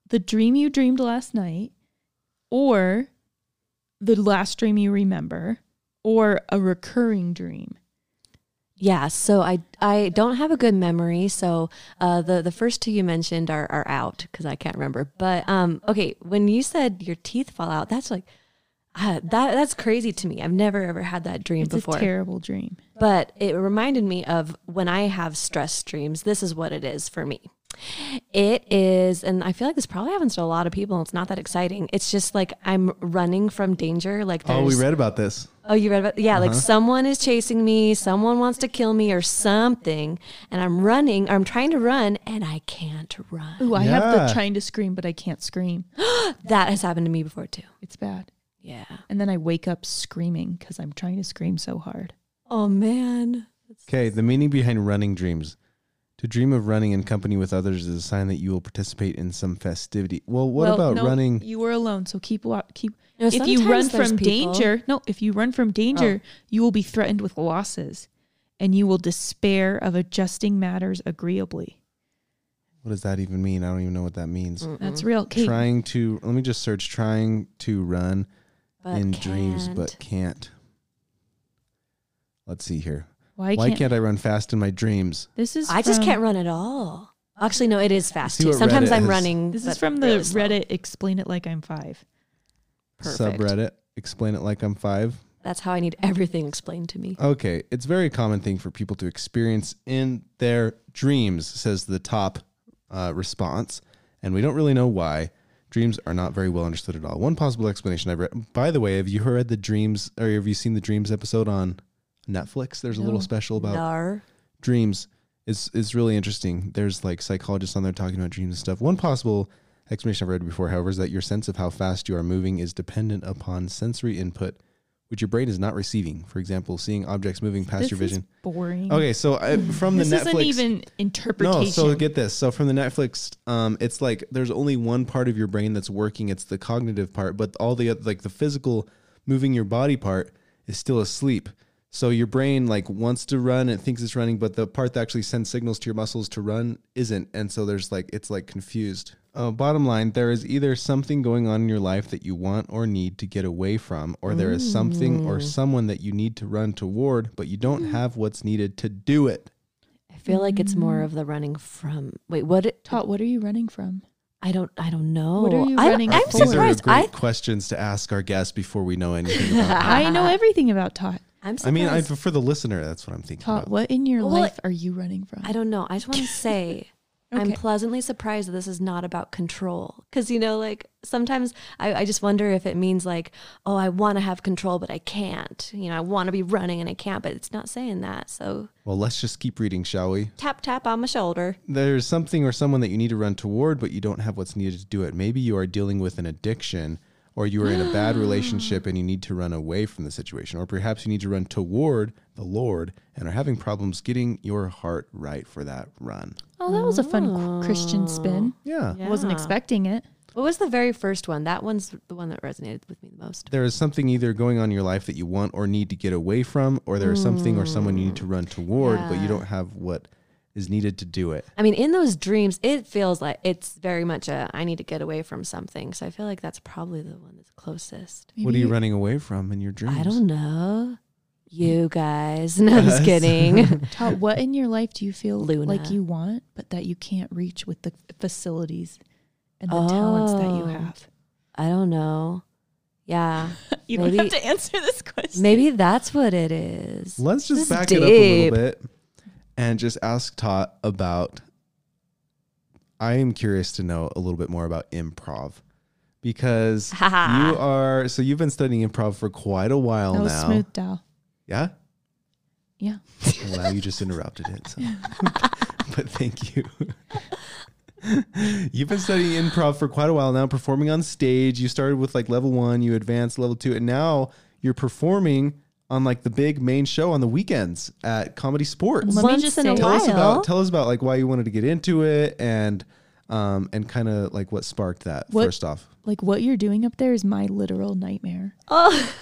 Speaker 2: the dream you dreamed last night, or the last dream you remember, or a recurring dream.
Speaker 3: Yeah, so I I don't have a good memory, so uh, the the first two you mentioned are are out because I can't remember. But um, okay, when you said your teeth fall out, that's like uh, that that's crazy to me. I've never ever had that dream
Speaker 2: It's
Speaker 3: before.
Speaker 2: a terrible dream.
Speaker 3: but it reminded me of when I have stress dreams. This is what it is for me. It is, and I feel like this probably happens to a lot of people. It's not that exciting. It's just like I'm running from danger. Like
Speaker 1: Oh, we
Speaker 3: there's-
Speaker 1: read Uh-huh. about this.
Speaker 3: Oh, you read about yeah, like someone is chasing me, someone wants to kill me or something, and I'm running, or I'm trying to run and I can't run.
Speaker 2: Ooh, I have
Speaker 1: Yeah.
Speaker 2: the trying to scream, but I can't scream. [GASPS]
Speaker 3: That has happened to me before too.
Speaker 2: It's bad.
Speaker 3: Yeah.
Speaker 2: And then I wake up screaming because I'm trying to scream so hard.
Speaker 3: Oh man.
Speaker 1: Okay, the meaning behind running dreams. To dream of running in company with others is a sign that you will participate in some festivity. Well, what
Speaker 2: Well,
Speaker 1: about
Speaker 2: no,
Speaker 1: running?
Speaker 2: You were alone, so keep wa- keep.
Speaker 3: No,
Speaker 2: if you run
Speaker 3: sometimes there's
Speaker 2: from
Speaker 3: people- Oh.
Speaker 2: danger, no. If you run from danger, you will be threatened with losses, and you will despair of adjusting matters agreeably.
Speaker 1: what does that even mean? I don't even know what that means.
Speaker 2: That's real. Kate,
Speaker 1: Trying to let me just search trying to run
Speaker 3: But
Speaker 1: in dreams but
Speaker 3: can't.
Speaker 1: can't. Let's see here.
Speaker 2: why,
Speaker 1: Why
Speaker 2: can't,
Speaker 1: can't I run fast in my dreams?
Speaker 2: this is?
Speaker 3: I just
Speaker 2: from-
Speaker 3: can't run at all. Actually, no, it is fast
Speaker 1: See
Speaker 3: too.
Speaker 1: what
Speaker 3: Sometimes
Speaker 1: Reddit
Speaker 3: I'm
Speaker 1: has-
Speaker 3: running.
Speaker 2: This is
Speaker 3: but
Speaker 2: from the
Speaker 3: really slow.
Speaker 2: Reddit. Explain it like I'm five.
Speaker 3: Perfect.
Speaker 1: Subreddit. Explain it like I'm five.
Speaker 3: That's how I need everything explained to me.
Speaker 1: Okay, it's a very common thing for people to experience in their dreams, says the top uh, response, and we don't really know why. Dreams are not very well understood at all. One possible explanation I've read. By the way, have you heard the dreams, or have you seen the dreams episode on Netflix? There's a little special about
Speaker 3: Um, Nar.
Speaker 1: dreams is is really interesting. There's like psychologists on there talking about dreams and stuff. One possible explanation I've read before, however, is that your sense of how fast you are moving is dependent upon sensory input, which your brain is not receiving. For example, seeing objects moving past
Speaker 2: This
Speaker 1: your
Speaker 2: is
Speaker 1: vision.
Speaker 2: boring.
Speaker 1: Okay, so I, from the
Speaker 2: This
Speaker 1: Netflix,
Speaker 2: isn't even interpretation.
Speaker 1: no, so get this. So from the Netflix, um, it's like there's only one part of your brain that's working. It's the cognitive part, but all the oth- like the physical, moving your body part is still asleep. So your brain like wants to run, it thinks it's running, but the part that actually sends signals to your muscles to run isn't. And so there's like it's like confused. Uh, bottom line, there is either something going on in your life that you want or need to get away from, or there is something or someone that you need to run toward, but you don't have what's needed to do it.
Speaker 3: I feel like it's more of the running from. Wait, what?
Speaker 2: Todd, what are you running from?
Speaker 3: I don't. I don't know.
Speaker 2: What are you
Speaker 3: I,
Speaker 2: running
Speaker 3: I'm
Speaker 2: for?
Speaker 1: These are
Speaker 3: surprised.
Speaker 1: great
Speaker 3: I,
Speaker 1: questions to ask our guests before we know anything
Speaker 3: [LAUGHS]
Speaker 1: about
Speaker 3: Ah.
Speaker 1: them.
Speaker 2: I know everything about Todd.
Speaker 3: I'm surprised.
Speaker 1: I mean, I, for the listener, that's what I'm thinking
Speaker 2: Todd,
Speaker 1: about.
Speaker 2: what in your
Speaker 3: Well,
Speaker 2: life are you running from?
Speaker 3: I don't know. I
Speaker 1: [LAUGHS]
Speaker 3: just want to say I'm
Speaker 2: Okay.
Speaker 3: pleasantly surprised that this is not about control. Because, you know, like sometimes I, I just wonder if it means like, oh, I want to have control, but I can't. You know, I want to be running and I can't, but it's not saying that. So
Speaker 1: Well, let's just keep reading, shall we?
Speaker 3: tap, tap on my shoulder.
Speaker 1: there's something or someone that you need to run toward, but you don't have what's needed to do it. Maybe you are dealing with an addiction or you are in a bad
Speaker 3: [GASPS]
Speaker 1: relationship and you need to run away from the situation. Or perhaps you need to run toward the Lord and are having problems getting your heart right for that run.
Speaker 2: Oh, that was a fun qu- Christian spin.
Speaker 1: Yeah.
Speaker 3: Oh.
Speaker 2: I wasn't expecting it.
Speaker 3: What was the very first one? That one's the one that resonated with me the most.
Speaker 1: There is something either going on in your life that you want or need to get away from, or there is something or someone you need to run toward, but you don't have what is needed to do it.
Speaker 3: I mean, in those dreams, it feels like it's very much a I need to get away from something. So I feel like that's probably the one that's closest.
Speaker 1: What are you running away from in your dreams? Mm.
Speaker 3: I don't know. You guys. [LAUGHS] No, I'm just kidding.
Speaker 2: Todd, what in your life do you feel like
Speaker 3: Luna.
Speaker 2: you want, but that you can't reach with the facilities and the talents that you
Speaker 3: Oh.
Speaker 2: have?
Speaker 3: I don't know. Yeah.
Speaker 2: [LAUGHS] You
Speaker 3: don't
Speaker 2: don't have
Speaker 3: have Maybe-
Speaker 2: to answer this question.
Speaker 3: Maybe that's what it is.
Speaker 1: [LAUGHS] Let's
Speaker 3: This
Speaker 1: just
Speaker 3: is
Speaker 1: back it up a
Speaker 3: deep.
Speaker 1: little bit and just ask Todd about. I am curious to know a little bit more about improv because you are so you've been studying improv for quite a while
Speaker 2: that was
Speaker 1: now.
Speaker 2: smooth, Dal.
Speaker 1: Yeah.
Speaker 2: Yeah.
Speaker 1: Well, now you just interrupted it. So. but thank you. [LAUGHS] You've been studying improv for quite a while now, performing on stage. You started with like level one, you advanced level two, and now you're performing on like the big main show on the weekends at Comedy Sports.
Speaker 2: Let me
Speaker 3: Once
Speaker 2: just
Speaker 3: in a
Speaker 2: say-
Speaker 1: Tell us
Speaker 3: while.
Speaker 1: about tell us about like why you wanted to get into it and um and kind of like what sparked that
Speaker 2: What-
Speaker 1: first off.
Speaker 2: Like what you're doing up there is my literal nightmare.
Speaker 3: Oh,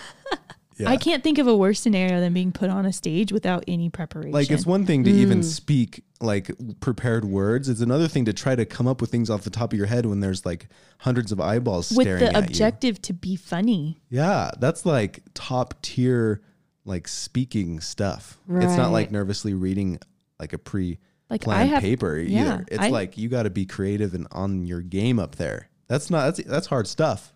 Speaker 1: Yeah.
Speaker 2: I can't think of a worse scenario than being put on a stage without any preparation.
Speaker 1: Like it's one thing to
Speaker 2: Mm.
Speaker 1: even speak like prepared words. It's another thing to try to come up with things off the top of your head when there's like hundreds of eyeballs
Speaker 2: with
Speaker 1: staring
Speaker 2: the
Speaker 1: at
Speaker 2: objective to be funny.
Speaker 1: you. Yeah, that's like top tier like speaking stuff. It's not like
Speaker 3: Right.
Speaker 1: nervously reading like a pre
Speaker 2: Like, I
Speaker 1: planned
Speaker 2: have-
Speaker 1: paper either.
Speaker 2: yeah,
Speaker 1: it's
Speaker 2: I-
Speaker 1: like you got to be creative and on your game up there. That's not that's that's hard stuff.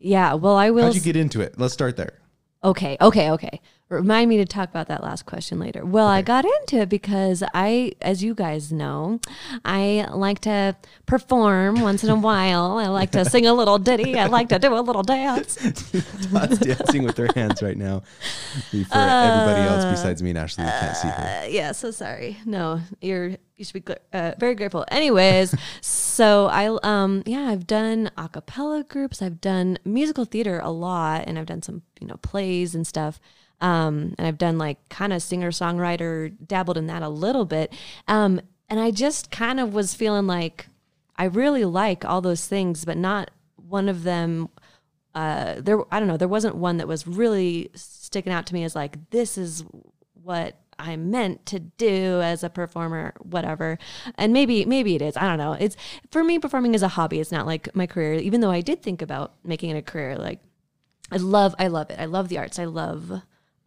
Speaker 3: yeah. Well, I will.
Speaker 1: How'd you get into it? Let's start there. [LAUGHS]
Speaker 3: Okay, okay, okay. Remind me to talk about that last question later. Well, I got into it because I, as you guys know, I like to perform once in a while. I like to sing a little ditty. I like to do a little dance.
Speaker 1: Todd's dancing with their hands right now before everybody else besides me and Ashley who can't see her.
Speaker 3: Uh, yeah, so sorry. No, you're you should be gl- uh, very grateful. Anyways, [LAUGHS] so I um yeah, I've done a cappella groups, I've done musical theater a lot and I've done some, you know, plays and stuff. Um and I've done like kind of singer-songwriter, dabbled in that a little bit. Um and I just kind of was feeling like I really like all those things, but not one of them uh, there I don't know, there wasn't one that was really sticking out to me as like this is what I'm meant to do as a performer, whatever. And maybe maybe it is. I don't know. It's for me performing is a hobby. It's not like my career, even though I did think about making it a career. Like I love I love it. I love the arts. I love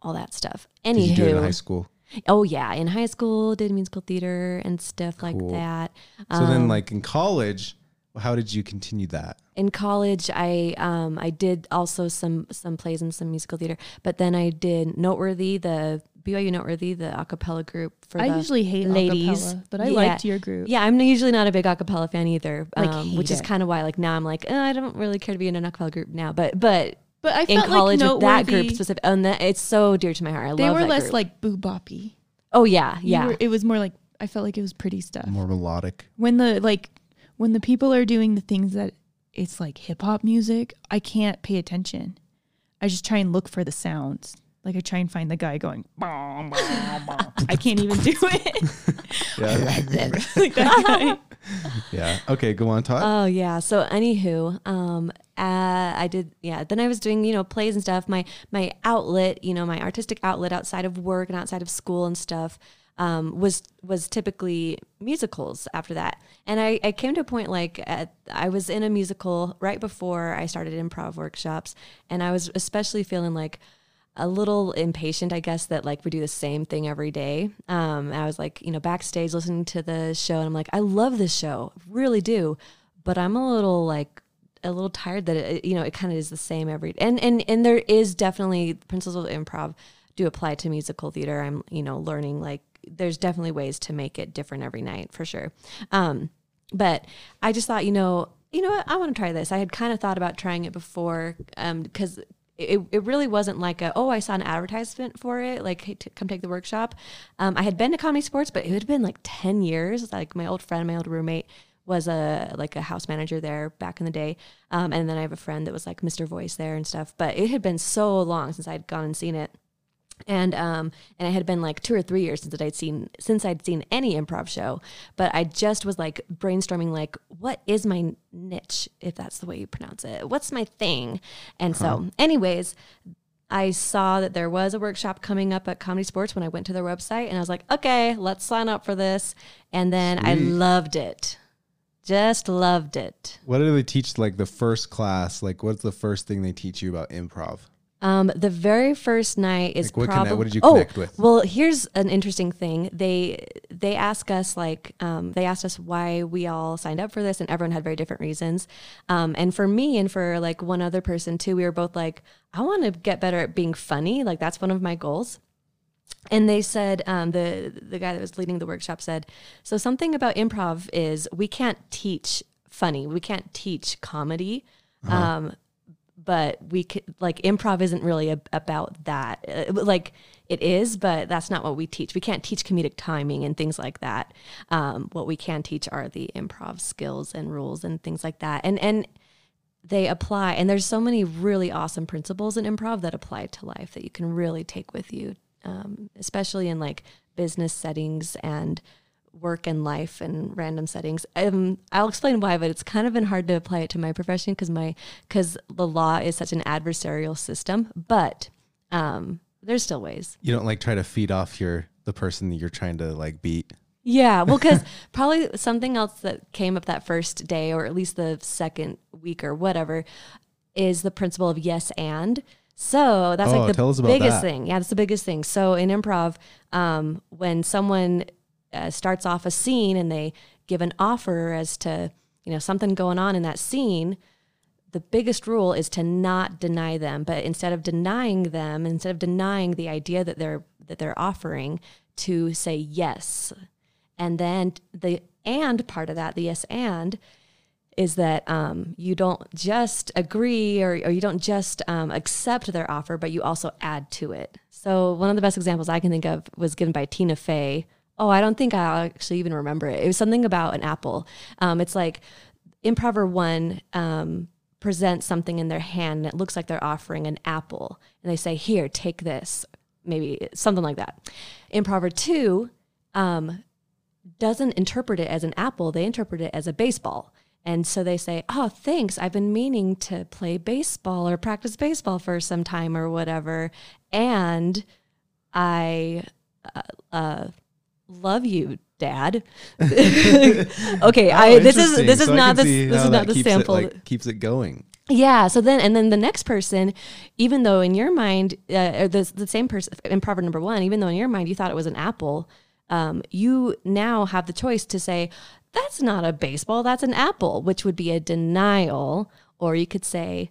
Speaker 3: all that stuff. Anywho.
Speaker 1: Did you do it in high school?
Speaker 3: Oh yeah. In high school did musical theater and stuff like
Speaker 1: Cool.
Speaker 3: that.
Speaker 1: So
Speaker 3: um,
Speaker 1: then, like in college, how did you continue that?
Speaker 3: in college i um i did also some some plays and some musical theater but then i did noteworthy the byu noteworthy the a cappella group for
Speaker 2: I
Speaker 3: the
Speaker 2: usually hate
Speaker 3: ladies
Speaker 2: acapella, but I
Speaker 3: Yeah.
Speaker 2: liked your group.
Speaker 3: yeah i'm usually not a big a cappella fan either
Speaker 2: Like,
Speaker 3: um, which
Speaker 2: hate
Speaker 3: is
Speaker 2: it.
Speaker 3: kind of why like now i'm like eh, i don't really care to be in an a cappella group now but but
Speaker 2: But I
Speaker 3: in
Speaker 2: felt
Speaker 3: college
Speaker 2: like
Speaker 3: with that group
Speaker 2: Noteworthy-
Speaker 3: specific and that it's so dear to my heart i
Speaker 2: They
Speaker 3: love
Speaker 2: were
Speaker 3: that
Speaker 2: less
Speaker 3: group.
Speaker 2: like boo boppy.
Speaker 3: oh yeah
Speaker 2: You
Speaker 3: yeah
Speaker 2: were- it was more like I felt like it was pretty stuff.
Speaker 1: More melodic.
Speaker 2: when the like when the people are doing the things that it's like hip hop music, I can't pay attention. I just try and look for the sounds. Like I try and find the guy going. "Bah, bah, bah." I can't even do it.
Speaker 1: Yeah.
Speaker 2: [LAUGHS] like that guy.
Speaker 1: yeah. Okay, go on, Todd.
Speaker 3: Oh yeah. So anywho, um, uh, I did yeah. Then I was doing you know plays and stuff. My my outlet, you know, my artistic outlet outside of work and outside of school and stuff. um, was was typically musicals after that. And I, I came to a point like at, I was in a musical right before I started improv workshops, and I was especially feeling like a little impatient, I guess, that like we do the same thing every day. Um, I was like, you know, backstage listening to the show, and I'm like, I love this show, really do, but I'm a little like a little tired that it, you know it kind of is the same every and and and there is definitely principles of improv do apply to musical theater. I'm you know learning like there's definitely ways to make it different every night for sure. Um, but I just thought, you know, you know what, I want to try this. I had kind of thought about trying it before because it, it really wasn't like a, oh, I saw an advertisement for it, like hey, t- come take the workshop. Um, I had been to comedy sports, but it had been like 10 years. Like my old friend, my old roommate was a like a house manager there back in the day. Um, and then I have a friend that was like Mr. Voice there and stuff. But it had been so long since I'd gone and seen it and um and it had been like two or three years since I'd seen since I'd seen any improv show, but I just was like brainstorming like what is my niche if that's the way you pronounce it? What's my thing? And so, anyways, I saw that there was a workshop coming up at Comedy Sports when I went to their website, and I was like, okay, let's sign up for this. And then I loved it, just loved it.
Speaker 1: What do they teach like the first class? Like what's the first thing they teach you about improv?
Speaker 3: Um, the very first night is
Speaker 1: Like, what
Speaker 3: probably
Speaker 1: connect- what did you
Speaker 3: oh,
Speaker 1: connect with?
Speaker 3: Well, here's an interesting thing. They they ask us like um, they asked us why we all signed up for this, and everyone had very different reasons. Um, and for me, and for like one other person too, we were both like, I want to get better at being funny. Like that's one of my goals. And they said um, the the guy that was leading the workshop said, so something about improv is we can't teach funny, we can't teach comedy. Um, but we could like improv isn't really ab about that Uh, like it is but that's not what we teach we can't teach comedic timing and things like that um, what we can teach are the improv skills and rules and things like that and and they apply and there's so many really awesome principles in improv that apply to life that you can really take with you um, especially in like business settings and work and life and random settings um, i'll explain why but it's kind of been hard to apply it to my profession because my because the law is such an adversarial system but um, there's still ways
Speaker 1: You don't like try to feed off your the person that you're trying to like beat.
Speaker 3: Yeah,
Speaker 1: [LAUGHS]
Speaker 3: well, because probably something else that came up that first day, or at least the second week or whatever, is the principle of yes and. So that's
Speaker 1: Oh,
Speaker 3: like
Speaker 1: tell
Speaker 3: the
Speaker 1: us about that.
Speaker 3: biggest thing. Yeah, that's the biggest thing. So in improv, um, when someone uh, starts off a scene and they give an offer as to you know something going on in that scene, the biggest rule is to not deny them but instead of denying them instead of denying the idea that they're that they're offering to say yes and then the and part of that the yes and is that um, you don't just agree or, or you don't just um, accept their offer, but you also add to it. So, one of the best examples I can think of was given by Tina Fey. Oh, I don't think I actually even remember it. It was something about an apple. Um, it's like improver one um, presents something in their hand and it looks like they're offering an apple. And they say, Here, take this. Maybe something like that. Improver two um, doesn't interpret it as an apple, they interpret it as a baseball. And so they say, Oh, thanks. I've been meaning to play baseball or practice baseball for some time or whatever. And I uh, uh, love you,
Speaker 1: [LAUGHS]
Speaker 3: Dad. [LAUGHS] okay, I, this is
Speaker 1: Oh, Interesting.
Speaker 3: this is
Speaker 1: So I can
Speaker 3: not the
Speaker 1: see
Speaker 3: this
Speaker 1: how that
Speaker 3: is not the
Speaker 1: keeps it,
Speaker 3: sample.
Speaker 1: like, keeps it going.
Speaker 3: Yeah. So then, and then the next person, even though in your mind, uh, or the, the same person, improver number one, even though in your mind you thought it was an apple, um, you now have the choice to say, that's not a baseball, that's an apple, which would be a denial. Or you could say,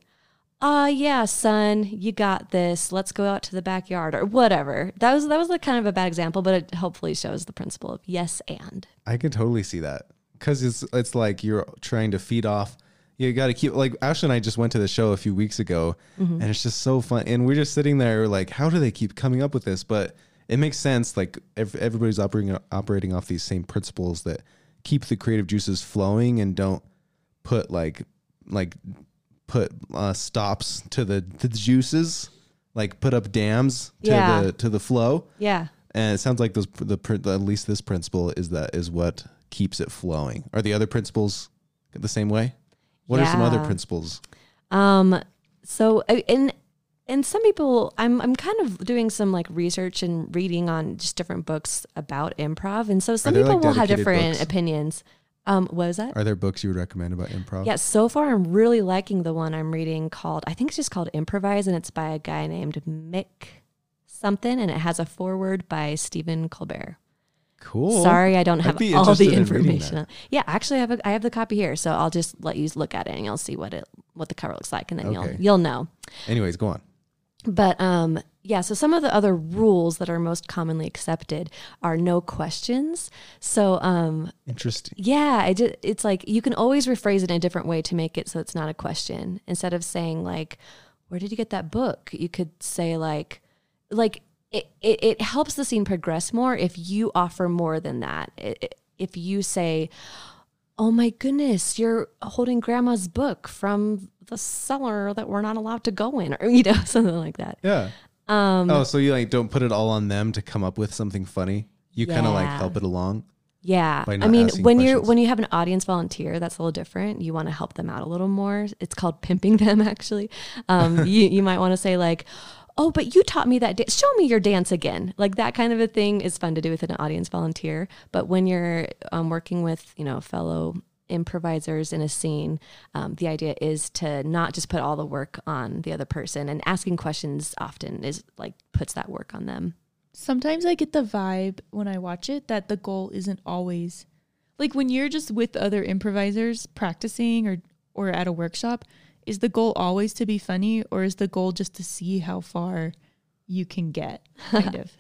Speaker 3: ah, yeah, son, you got this. Let's go out to the backyard or whatever. That was, that was like kind of a bad example, but it hopefully shows the principle of yes and.
Speaker 1: I can totally see that because it's it's like you're trying to feed off. You got to keep like Ash and I just went to the show a few weeks ago, and it's just so fun. And we're just sitting there like, how do they keep coming up with this? But it makes sense. Like ev- everybody's operating operating off these same principles that keep the creative juices flowing and don't put like like put uh, stops to the, the juices, like put up dams to
Speaker 3: Yeah.
Speaker 1: the to the flow.
Speaker 3: Yeah.
Speaker 1: And it sounds like those the pr- at least this principle is that is what keeps it flowing. Are the other principles the same way? What are some other
Speaker 3: Yeah.
Speaker 1: principles?
Speaker 3: Um, so I- and and some people I'm I'm kind of doing some like research and reading on just different books about improv and so some
Speaker 1: there,
Speaker 3: people
Speaker 1: like,
Speaker 3: will have
Speaker 1: dedicated
Speaker 3: different
Speaker 1: books?
Speaker 3: opinions. Um what was that?
Speaker 1: Are there books you would recommend about improv?
Speaker 3: Yeah, so far I'm really liking the one I'm reading called I think it's just called Improvise and it's by a guy named Mick something and it has a foreword by Stephen Colbert.
Speaker 1: Cool.
Speaker 3: Sorry, I don't
Speaker 1: I'd
Speaker 3: have
Speaker 1: be
Speaker 3: all
Speaker 1: interested
Speaker 3: the
Speaker 1: in reading
Speaker 3: information.
Speaker 1: that.
Speaker 3: yeah, actually, I have a, I have the copy here, so I'll just let you look at it and you'll see what it what the cover looks like, and then
Speaker 1: Okay.
Speaker 3: you'll you'll know.
Speaker 1: Anyways, go on.
Speaker 3: But um, yeah, so some of the other rules that are most commonly accepted are no questions. So um,
Speaker 1: Interesting.
Speaker 3: yeah, I did, it's like you can always rephrase it in a different way to make it so it's not a question. Instead of saying like, "Where did you get that book?" You could say like, like it it, it helps the scene progress more if you offer more than that. I i if you say, "Oh my goodness, you're holding Grandma's book from the cellar that we're not allowed to go in," or you know [LAUGHS] something like that.
Speaker 1: Yeah. Um, oh, so you like don't put it all on them to come up with something funny. You kind of like
Speaker 3: Yeah.
Speaker 1: help it along.
Speaker 3: Yeah.
Speaker 1: by
Speaker 3: I
Speaker 1: not
Speaker 3: mean,
Speaker 1: asking
Speaker 3: when you're
Speaker 1: questions.
Speaker 3: when you have an audience volunteer, that's a little different. You want to help them out a little more. It's called pimping [LAUGHS] them actually.
Speaker 1: [LAUGHS]
Speaker 3: Um you you might want to say like, "Oh, but you taught me that dance. Show me your dance again." Like that kind of a thing is fun to do with an audience volunteer, but when you're um, working with, you know, fellow improvisers in a scene um, the idea is to not just put all the work on the other person and asking questions often is like puts that work on them
Speaker 2: Sometimes I get the vibe when I watch it that the goal isn't always like when you're just with other improvisers practicing or or at a workshop, is the goal always to be funny or is the goal just to see how far you can [LAUGHS] get kind of.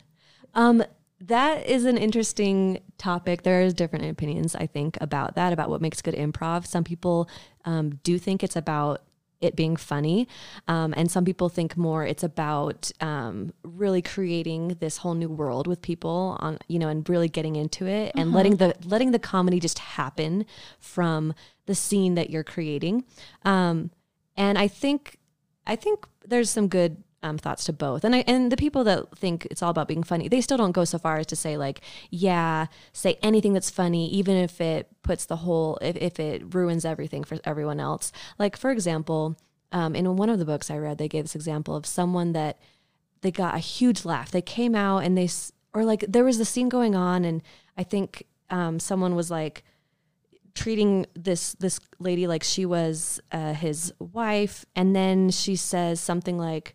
Speaker 3: Um, that is an interesting topic. There is different opinions, I think, about that, about what makes good improv. Some people um, do think it's about it being funny, um, and some people think more it's about um, really creating this whole new world with people on, you know, and really getting into it and letting the letting the comedy just happen from the scene that you're creating. Um, and I think I think there's some good um, thoughts to both, and I and the people that think it's all about being funny, they still don't go so far as to say like, yeah, say anything that's funny, even if it puts the whole, if if it ruins everything for everyone else. Like for example, um, in one of the books I read, they gave this example of someone that they got a huge laugh. They came out and they s- or like there was this scene going on, and I think um, someone was like, treating this this lady like she was uh, his wife, and then she says something like,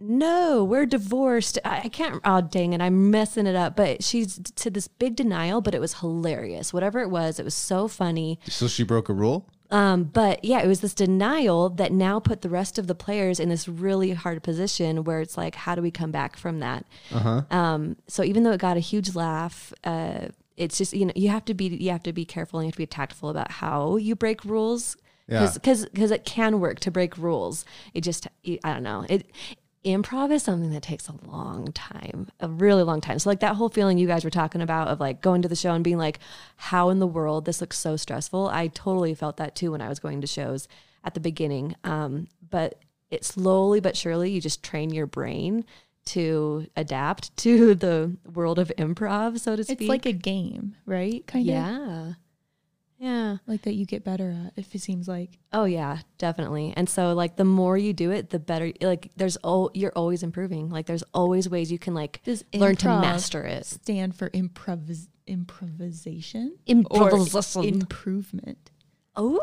Speaker 3: "No, we're divorced." I, I can't. Oh, dang it! I'm messing it up. But she's to this big denial, but it was hilarious. Whatever it was, it was so funny.
Speaker 1: So she broke a rule.
Speaker 3: Um, but yeah, it was this denial that now put the rest of the players in this really hard position where it's like, how do we come back from that? Um, so even though it got a huge laugh, uh, it's just you know you have to be you have to be careful and you have to be tactful about how you break rules
Speaker 1: Yeah.
Speaker 3: because because it can work to break rules. It just I don't know it. Improv is something that takes a long time, a really long time. So like that whole feeling you guys were talking about of like going to the show and being like, how in the world this looks so stressful. I totally felt that too when I was going to shows at the beginning. Um, but it slowly but surely you just train your brain to adapt [LAUGHS] to the world of improv, so to speak.
Speaker 2: It's like a game, right? Kind of
Speaker 3: yeah, yeah.
Speaker 2: like that you get better at if it seems like.
Speaker 3: Oh yeah, definitely. And so like the more you do it, the better. Like there's all you're always improving. Like there's always ways you can like
Speaker 2: Does
Speaker 3: learn to
Speaker 2: improv
Speaker 3: master it.
Speaker 2: Stand for improvis- improvisation
Speaker 3: Improvisation.
Speaker 2: or improvement.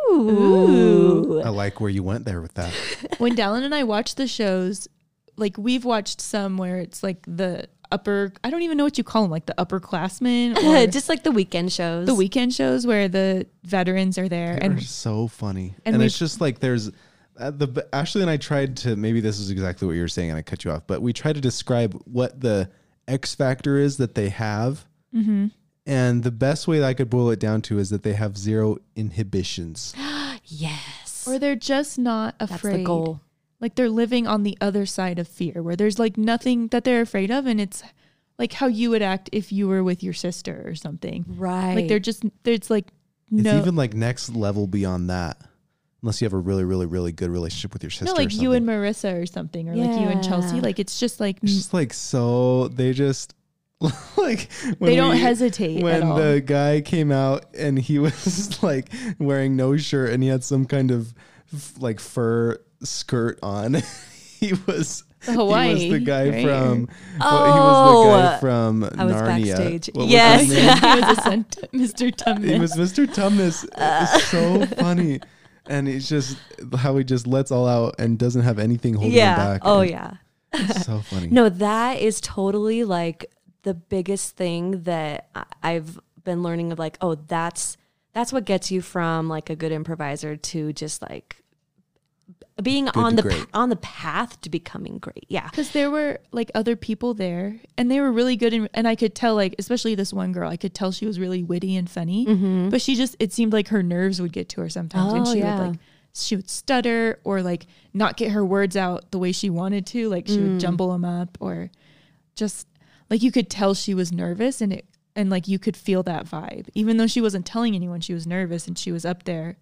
Speaker 3: Ooh.
Speaker 1: I like where you went there with that.
Speaker 2: when Dallin and I watch the shows, like we've watched some where it's like the upper, I don't even know what you call them, like the
Speaker 3: [LAUGHS]
Speaker 2: upperclassmen or
Speaker 3: Just like the weekend shows.
Speaker 2: the weekend shows where the veterans are there.
Speaker 1: They're
Speaker 2: And
Speaker 1: so funny, and,
Speaker 2: and we-
Speaker 1: it's just like there's uh, the Ashley and I tried to maybe this is exactly what you were saying, and I cut you off, but we tried to describe what the X factor is that they have,
Speaker 2: Mm-hmm.
Speaker 1: and the best way that I could boil it down to is that they have zero inhibitions.
Speaker 3: Yes.
Speaker 2: or they're just not
Speaker 3: That's
Speaker 2: afraid.
Speaker 3: the goal.
Speaker 2: Like they're living on the other side of fear where there's like nothing that they're afraid of. And it's like how you would act if you were with your sister or something.
Speaker 3: Right.
Speaker 2: Like they're just, it's like,
Speaker 1: It's
Speaker 2: no,
Speaker 1: even like next level beyond that, unless you have a really, really, really good relationship with your sister.
Speaker 2: no,
Speaker 1: or
Speaker 2: like you and
Speaker 1: something.
Speaker 2: Marissa or something, or like you and Chelsea.
Speaker 3: Yeah.
Speaker 2: Like it's just like
Speaker 1: It's just like so they just [LAUGHS] like when
Speaker 2: They don't
Speaker 1: we-
Speaker 2: hesitate at
Speaker 1: when
Speaker 2: all.
Speaker 1: the guy came out and he [LAUGHS] was like wearing no shirt and he had some kind of f- like fur skirt on [LAUGHS] he was he
Speaker 2: Hawaii,
Speaker 1: was the guy
Speaker 2: right?
Speaker 1: from well, he was the guy
Speaker 3: Oh,
Speaker 1: from
Speaker 3: I was
Speaker 1: Narnia.
Speaker 3: backstage.
Speaker 1: What was his
Speaker 3: Yes.
Speaker 1: name?
Speaker 2: [LAUGHS] he
Speaker 3: [LAUGHS]
Speaker 2: was a son to Mr. Tumnus.
Speaker 1: It was Mr. Tumnus.
Speaker 3: Uh.
Speaker 1: It's so funny. And it's just how he just lets all out and doesn't have anything holding him
Speaker 3: yeah.
Speaker 1: back.
Speaker 3: Oh
Speaker 1: And
Speaker 3: yeah.
Speaker 1: It's so funny.
Speaker 3: [LAUGHS] No, that is totally like the biggest thing that I- I've been learning of like, oh, that's that's what gets you from like a good improviser to just like being on
Speaker 1: to
Speaker 3: the
Speaker 1: great.
Speaker 3: pa- on the path to becoming great. Yeah.
Speaker 2: because there were like other people there and they were really good and, and i could tell like especially this one girl i could tell she was really witty and funny but she just it seemed like her nerves would get to her sometimes and
Speaker 3: Mm-hmm. Oh,
Speaker 2: she
Speaker 3: yeah.
Speaker 2: would like she would stutter or like not get her words out the way she wanted to like she
Speaker 3: Mm.
Speaker 2: would jumble them up or just like you could tell she was nervous and it and like you could feel that vibe even though she wasn't telling anyone she was nervous and she was up there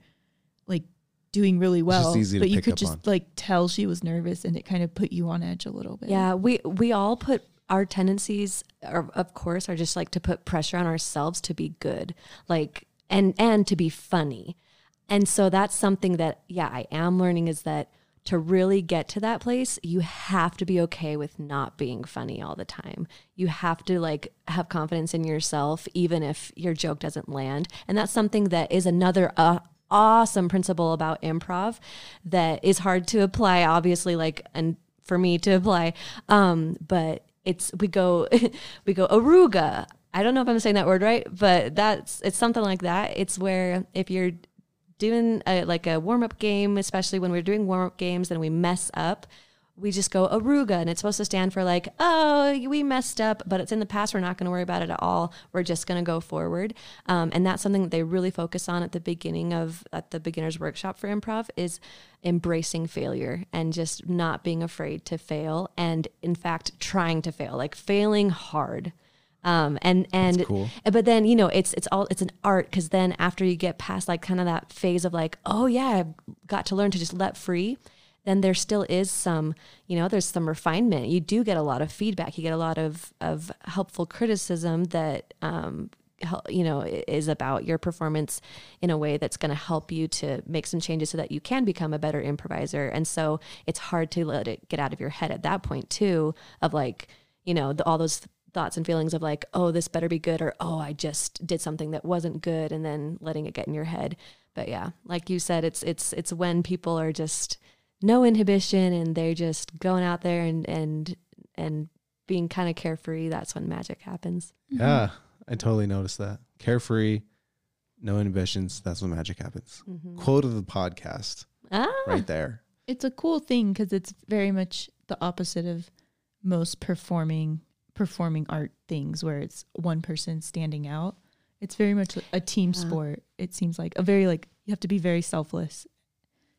Speaker 2: like doing really well
Speaker 1: easy to
Speaker 2: but you
Speaker 1: pick
Speaker 2: could
Speaker 1: up
Speaker 2: just
Speaker 1: on.
Speaker 2: like tell she was nervous and it kind of put you on edge a little bit
Speaker 3: Yeah, we we all put our tendencies are of course are just like to put pressure on ourselves to be good, like and and to be funny. And so that's something that yeah, I am learning is that to really get to that place, you have to be okay with not being funny all the time. You have to like have confidence in yourself even if your joke doesn't land. And that's something that is another uh, awesome principle about improv that is hard to apply obviously like and for me to apply um but it's we go [LAUGHS] we go aruga i don't know if i'm saying that word right but that's it's something like that it's where if you're doing a, like a warm-up game especially when we're doing warm-up games and we mess up we just go aruga and it's supposed to stand for like oh we messed up but it's in the past we're not going to worry about it at all we're just going to go forward um, and that's something that they really focus on at the beginning of at the beginners workshop for improv is embracing failure and just not being afraid to fail and in fact trying to fail like failing hard um, and and but then you know it's it's all it's an art because then after you get past like kind of that phase of like oh yeah I've got to learn to just let free then there still is some you know there's some refinement you do get a lot of feedback you get a lot of of helpful criticism that um hel- you know i- is about your performance in a way that's going to help you to make some changes so that you can become a better improviser and so it's hard to let it get out of your head at that point too of like you know the, all those thoughts and feelings of like oh this better be good or oh i just did something that wasn't good and then letting it get in your head but yeah like you said it's it's it's when people are just no inhibition and they're just going out there and and and being kind of carefree that's when magic happens
Speaker 1: Yeah,
Speaker 3: Mm-hmm.
Speaker 1: I totally noticed that. Carefree, no inhibitions. That's when magic happens.
Speaker 3: Mm-hmm.
Speaker 1: Quote of the podcast
Speaker 3: ah
Speaker 1: right there.
Speaker 2: it's a cool thing because it's very much the opposite of most performing performing art things where it's one person standing out it's very much a team sport it seems like a very like you have to be very selfless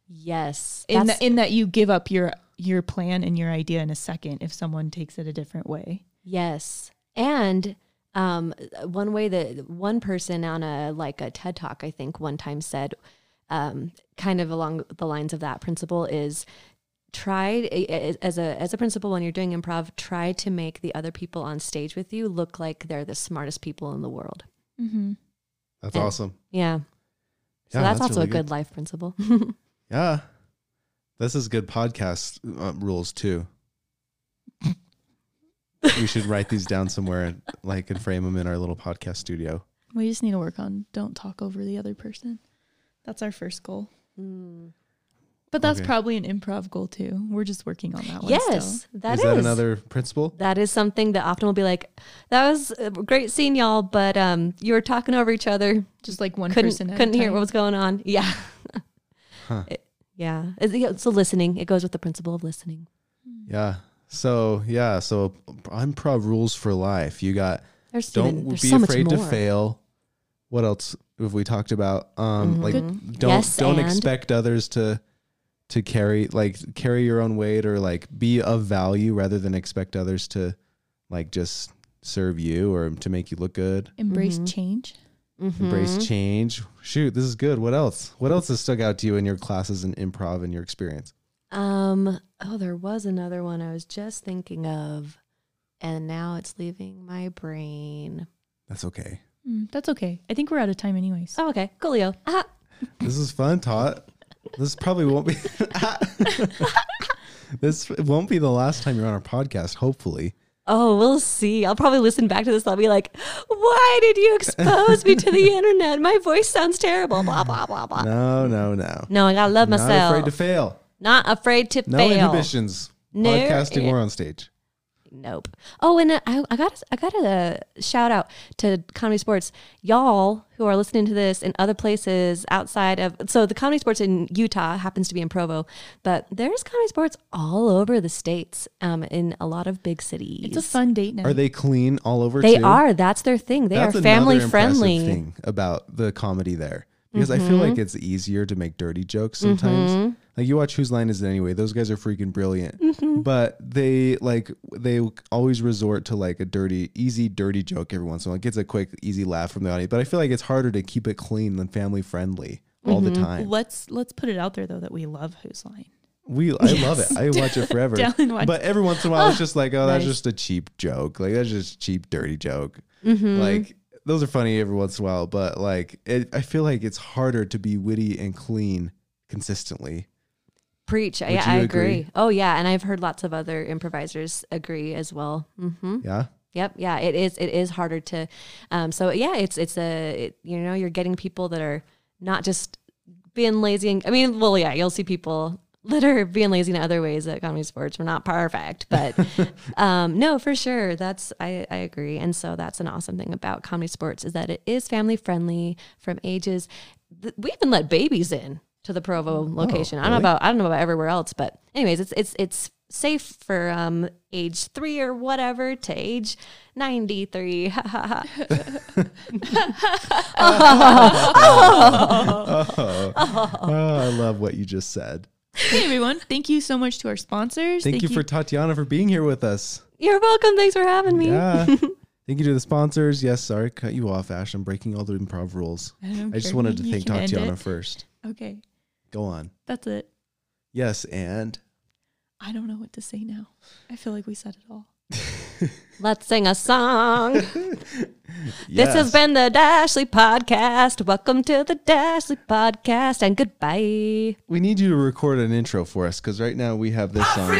Speaker 3: yes
Speaker 2: in
Speaker 3: That's-
Speaker 2: that in that you give up your your plan and your idea in a second if someone takes it a different way
Speaker 3: Yes. And um, one way that one person on a like a TED talk, I think one time said, um, kind of along the lines of that principle is try a- a- as a as a principle when you're doing improv, try to make the other people on stage with you look like they're the smartest people in the world.
Speaker 1: That's
Speaker 3: Yeah.
Speaker 1: awesome.
Speaker 3: Yeah. So
Speaker 1: Yeah,
Speaker 3: that's, also
Speaker 1: really
Speaker 3: a good life principle. [LAUGHS]
Speaker 1: Yeah. This is good podcast uh, rules
Speaker 3: [LAUGHS]
Speaker 1: too. we should write these down somewhere and like and frame them in our little podcast studio.
Speaker 2: we just need to work on don't talk over the other person that's our first goal
Speaker 3: Hmm.
Speaker 2: but that's
Speaker 1: Okay.
Speaker 2: probably an improv goal too we're just working on that one still.
Speaker 3: yes, that
Speaker 1: Is that another principle?
Speaker 3: That is something that often will be like, that was a great scene, y'all, but um, you were talking over each other.
Speaker 2: just like one
Speaker 3: couldn't
Speaker 2: person at a
Speaker 3: couldn't hear
Speaker 2: time.
Speaker 3: what was going on. [LAUGHS] Yeah, It- yeah. It's, yeah, so listening, it goes with the principle of listening.
Speaker 1: Yeah. So yeah. So improv rules for life. You got
Speaker 3: There's
Speaker 1: don't
Speaker 3: even, there's
Speaker 1: be
Speaker 3: so much
Speaker 1: afraid to
Speaker 3: more.
Speaker 1: fail. What else have we talked about? Um, like don't
Speaker 3: Mm-hmm. Yes,
Speaker 1: don't
Speaker 3: and-
Speaker 1: expect others to to carry like carry your own weight or like be of value rather than expect others to like just serve you or to make you look good.
Speaker 2: embrace
Speaker 3: Mm-hmm.
Speaker 2: change
Speaker 1: Embrace change. Shoot, this is good. What else? What else has stuck out to you in your classes and improv and your experience?
Speaker 3: Um. Oh, there was another one I was just thinking of, and now it's leaving my brain.
Speaker 1: That's okay.
Speaker 2: Mm, that's okay. I think we're out of time anyways.
Speaker 3: Oh, okay, coolio. Ah,
Speaker 1: This is fun, Tot. This probably won't be. [LAUGHS] This won't be the last time you're on our podcast, hopefully.
Speaker 3: Oh, we'll see. I'll probably listen back to this. I'll be like, why did you expose me
Speaker 1: [LAUGHS]
Speaker 3: to the internet? My voice sounds terrible. Blah, blah, blah, blah.
Speaker 1: No, no, no.
Speaker 3: No, I gotta love
Speaker 1: Not
Speaker 3: myself.
Speaker 1: afraid to fail.
Speaker 3: Not afraid to
Speaker 1: No
Speaker 3: fail.
Speaker 1: inhibitions.
Speaker 3: No
Speaker 1: Podcasting
Speaker 3: in-
Speaker 1: or on stage.
Speaker 3: Nope. Oh, and uh, I, I got I got a shout out to Comedy Sports, y'all who are listening to this in other places outside of. So the Comedy Sports in Utah happens to be in Provo, but there's Comedy Sports all over the states, um, in a lot of big cities.
Speaker 2: It's a fun date night.
Speaker 1: Are they clean all over?
Speaker 3: They
Speaker 1: too?
Speaker 3: are. That's their thing. They
Speaker 1: That's
Speaker 3: are
Speaker 1: another
Speaker 3: family
Speaker 1: impressive
Speaker 3: friendly. Mm-hmm.
Speaker 1: thing about the comedy there because I feel like it's easier to make dirty jokes sometimes. Like you watch Whose Line Is It Anyway? Those guys are freaking brilliant,
Speaker 3: Mm-hmm.
Speaker 1: but they like they always resort to like a dirty, easy, dirty joke every once in a while. It gets a quick, easy laugh from the audience, but I feel like it's harder to keep it clean than family friendly all the
Speaker 3: Mm-hmm.
Speaker 1: time.
Speaker 2: let's let's put it out there though that we love Who's Line.
Speaker 1: We, I love it.
Speaker 2: [LAUGHS]
Speaker 1: I watch it forever.
Speaker 2: Dallin watches-
Speaker 1: but every once in a while,
Speaker 2: Ah,
Speaker 1: it's just like, oh, that's
Speaker 3: nice.
Speaker 1: just a cheap joke. Like that's just a cheap, dirty joke.
Speaker 2: Mm-hmm.
Speaker 1: Like those are funny every once in a while, but like it, I feel like it's harder to be witty and clean consistently.
Speaker 3: Preach. I,
Speaker 1: Would
Speaker 3: I
Speaker 1: you
Speaker 3: agree.
Speaker 1: agree?
Speaker 3: Oh yeah, and I've heard lots of other improvisers agree as well. hmm
Speaker 2: Mm-hmm.
Speaker 1: Yeah.
Speaker 3: Yep. Yeah. It is. It is harder to. Um, so yeah, it's it's a it, you know you're getting people that are not just being lazy. And, I mean, well, yeah, you'll see people that are being lazy in other ways at comedy sports. We're not perfect, but um, no, for sure. That's I I agree. And so that's an awesome thing about comedy sports is that it is family friendly from ages. Th- We even let babies in to the
Speaker 1: Oh,
Speaker 3: Provo location. I don't know about I don't know about everywhere else, but anyways, it's it's it's safe for um age three or whatever to age 93
Speaker 1: Oh, I love what you just said.
Speaker 2: Hey everyone, thank you so much to our sponsors.
Speaker 1: Thank, you, for Tatiana for being here with us.
Speaker 3: [LAUGHS] you're welcome thanks for having
Speaker 2: [LAUGHS]
Speaker 3: me
Speaker 1: Yeah. Thank you to the sponsors. Yes, sorry, cut you off, Ash. I'm breaking all the improv rules.
Speaker 2: I don't
Speaker 1: I just
Speaker 2: care.
Speaker 1: wanted to
Speaker 2: You
Speaker 1: thank
Speaker 2: can end
Speaker 1: Tatiana
Speaker 2: it.
Speaker 1: first.
Speaker 2: Okay,
Speaker 1: Go on.
Speaker 2: that's it.
Speaker 1: Yes, and
Speaker 2: I don't know what to say now. I feel like we said it
Speaker 3: [LAUGHS]
Speaker 2: all.
Speaker 3: let's sing
Speaker 1: [LAUGHS]
Speaker 3: a song This
Speaker 1: Yes.
Speaker 3: has been the Dashley Podcast. Welcome to the Dashley Podcast and goodbye.
Speaker 1: We need you to record an intro for us because right now we have this song.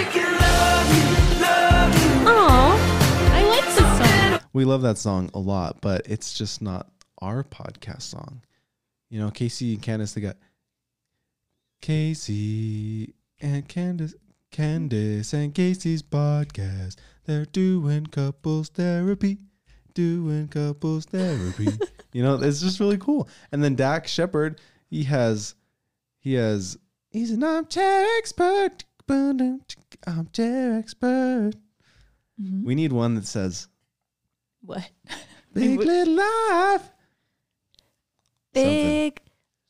Speaker 3: Aw.
Speaker 2: I like this song.
Speaker 1: We love that song a lot, but it's just not our podcast song. You know, Casey and Candace, they got Casey and Candace, Candace and Casey's podcast. They're doing couples therapy, doing couples therapy. you know, it's just really cool. And then Dak Shepard, he has, he has, he's an armchair expert. Armchair expert. We need one that says,
Speaker 2: What?
Speaker 1: Big Little Life.
Speaker 3: Big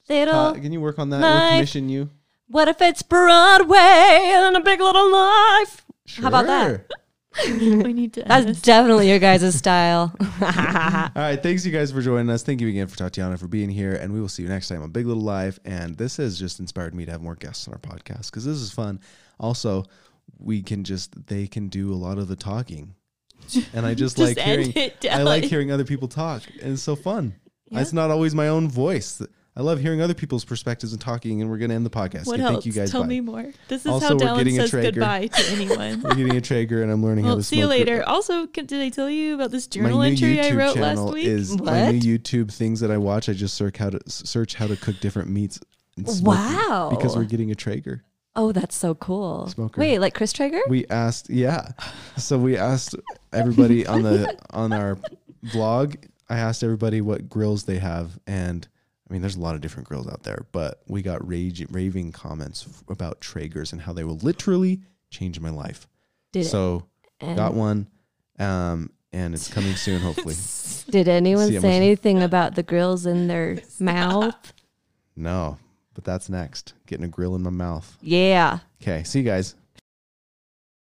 Speaker 3: little.
Speaker 1: Uh, can you work on that? We'll
Speaker 3: Life.
Speaker 1: commission you.
Speaker 3: what if it's Broadway and a big little life? How about that?
Speaker 1: Sure.
Speaker 2: we need to. End
Speaker 3: That's
Speaker 2: this.
Speaker 3: definitely your guys' style.
Speaker 2: Ah.
Speaker 1: All right. Thanks, you guys, for joining us. Thank you again for Tatiana for being here. And we will see you next time on Big Little Life. And this has just inspired me to have more guests on our podcast because this is fun. Also, we can just, they can do a lot of the
Speaker 2: [LAUGHS]
Speaker 1: talking. And I just,
Speaker 2: Just
Speaker 1: like
Speaker 2: end
Speaker 1: hearing,
Speaker 2: it,
Speaker 1: I like
Speaker 2: Dally.
Speaker 1: hearing other people talk. And it's so fun. It's not always my own voice. I love hearing other people's perspectives and talking. And we're going to end the podcast.
Speaker 2: What
Speaker 1: Okay,
Speaker 2: else?
Speaker 1: Thank you guys.
Speaker 2: Tell
Speaker 1: Bye.
Speaker 2: me more. This is
Speaker 1: Also,
Speaker 2: how
Speaker 1: we're
Speaker 2: Dallin
Speaker 1: getting a
Speaker 2: says
Speaker 1: Traeger.
Speaker 2: goodbye
Speaker 1: [LAUGHS]
Speaker 2: to anyone.
Speaker 1: We're getting a Traeger and I'm learning how
Speaker 2: well,
Speaker 1: to
Speaker 2: see you
Speaker 1: smoke
Speaker 2: later. Also, can, did I tell you about this journal
Speaker 1: my new
Speaker 2: entry I
Speaker 1: YouTube
Speaker 2: wrote
Speaker 1: channel
Speaker 2: last week?
Speaker 1: Is my
Speaker 3: What?
Speaker 1: new YouTube things that I watch? I just search how to search how to cook different meats. And smoke them
Speaker 3: Wow.
Speaker 1: Because we're getting a Traeger.
Speaker 3: oh, that's so cool.
Speaker 1: Smoker.
Speaker 3: Wait, like Chris Traeger?
Speaker 1: We asked, yeah. So we asked everybody on
Speaker 2: [LAUGHS]
Speaker 1: the on our vlog. I asked everybody what grills they have, and I mean, there's a lot of different grills out there, but we got rage raving comments f- about Traegers and how they will literally change my life.
Speaker 3: Did,
Speaker 1: so got one, um, and it's coming soon,
Speaker 2: [LAUGHS]
Speaker 1: hopefully.
Speaker 3: did anyone
Speaker 1: See, I
Speaker 3: say
Speaker 1: must-
Speaker 3: anything about the grills in their mouth?
Speaker 1: No, but that's next. Getting a grill in my mouth.
Speaker 3: Yeah.
Speaker 1: Okay, see you guys.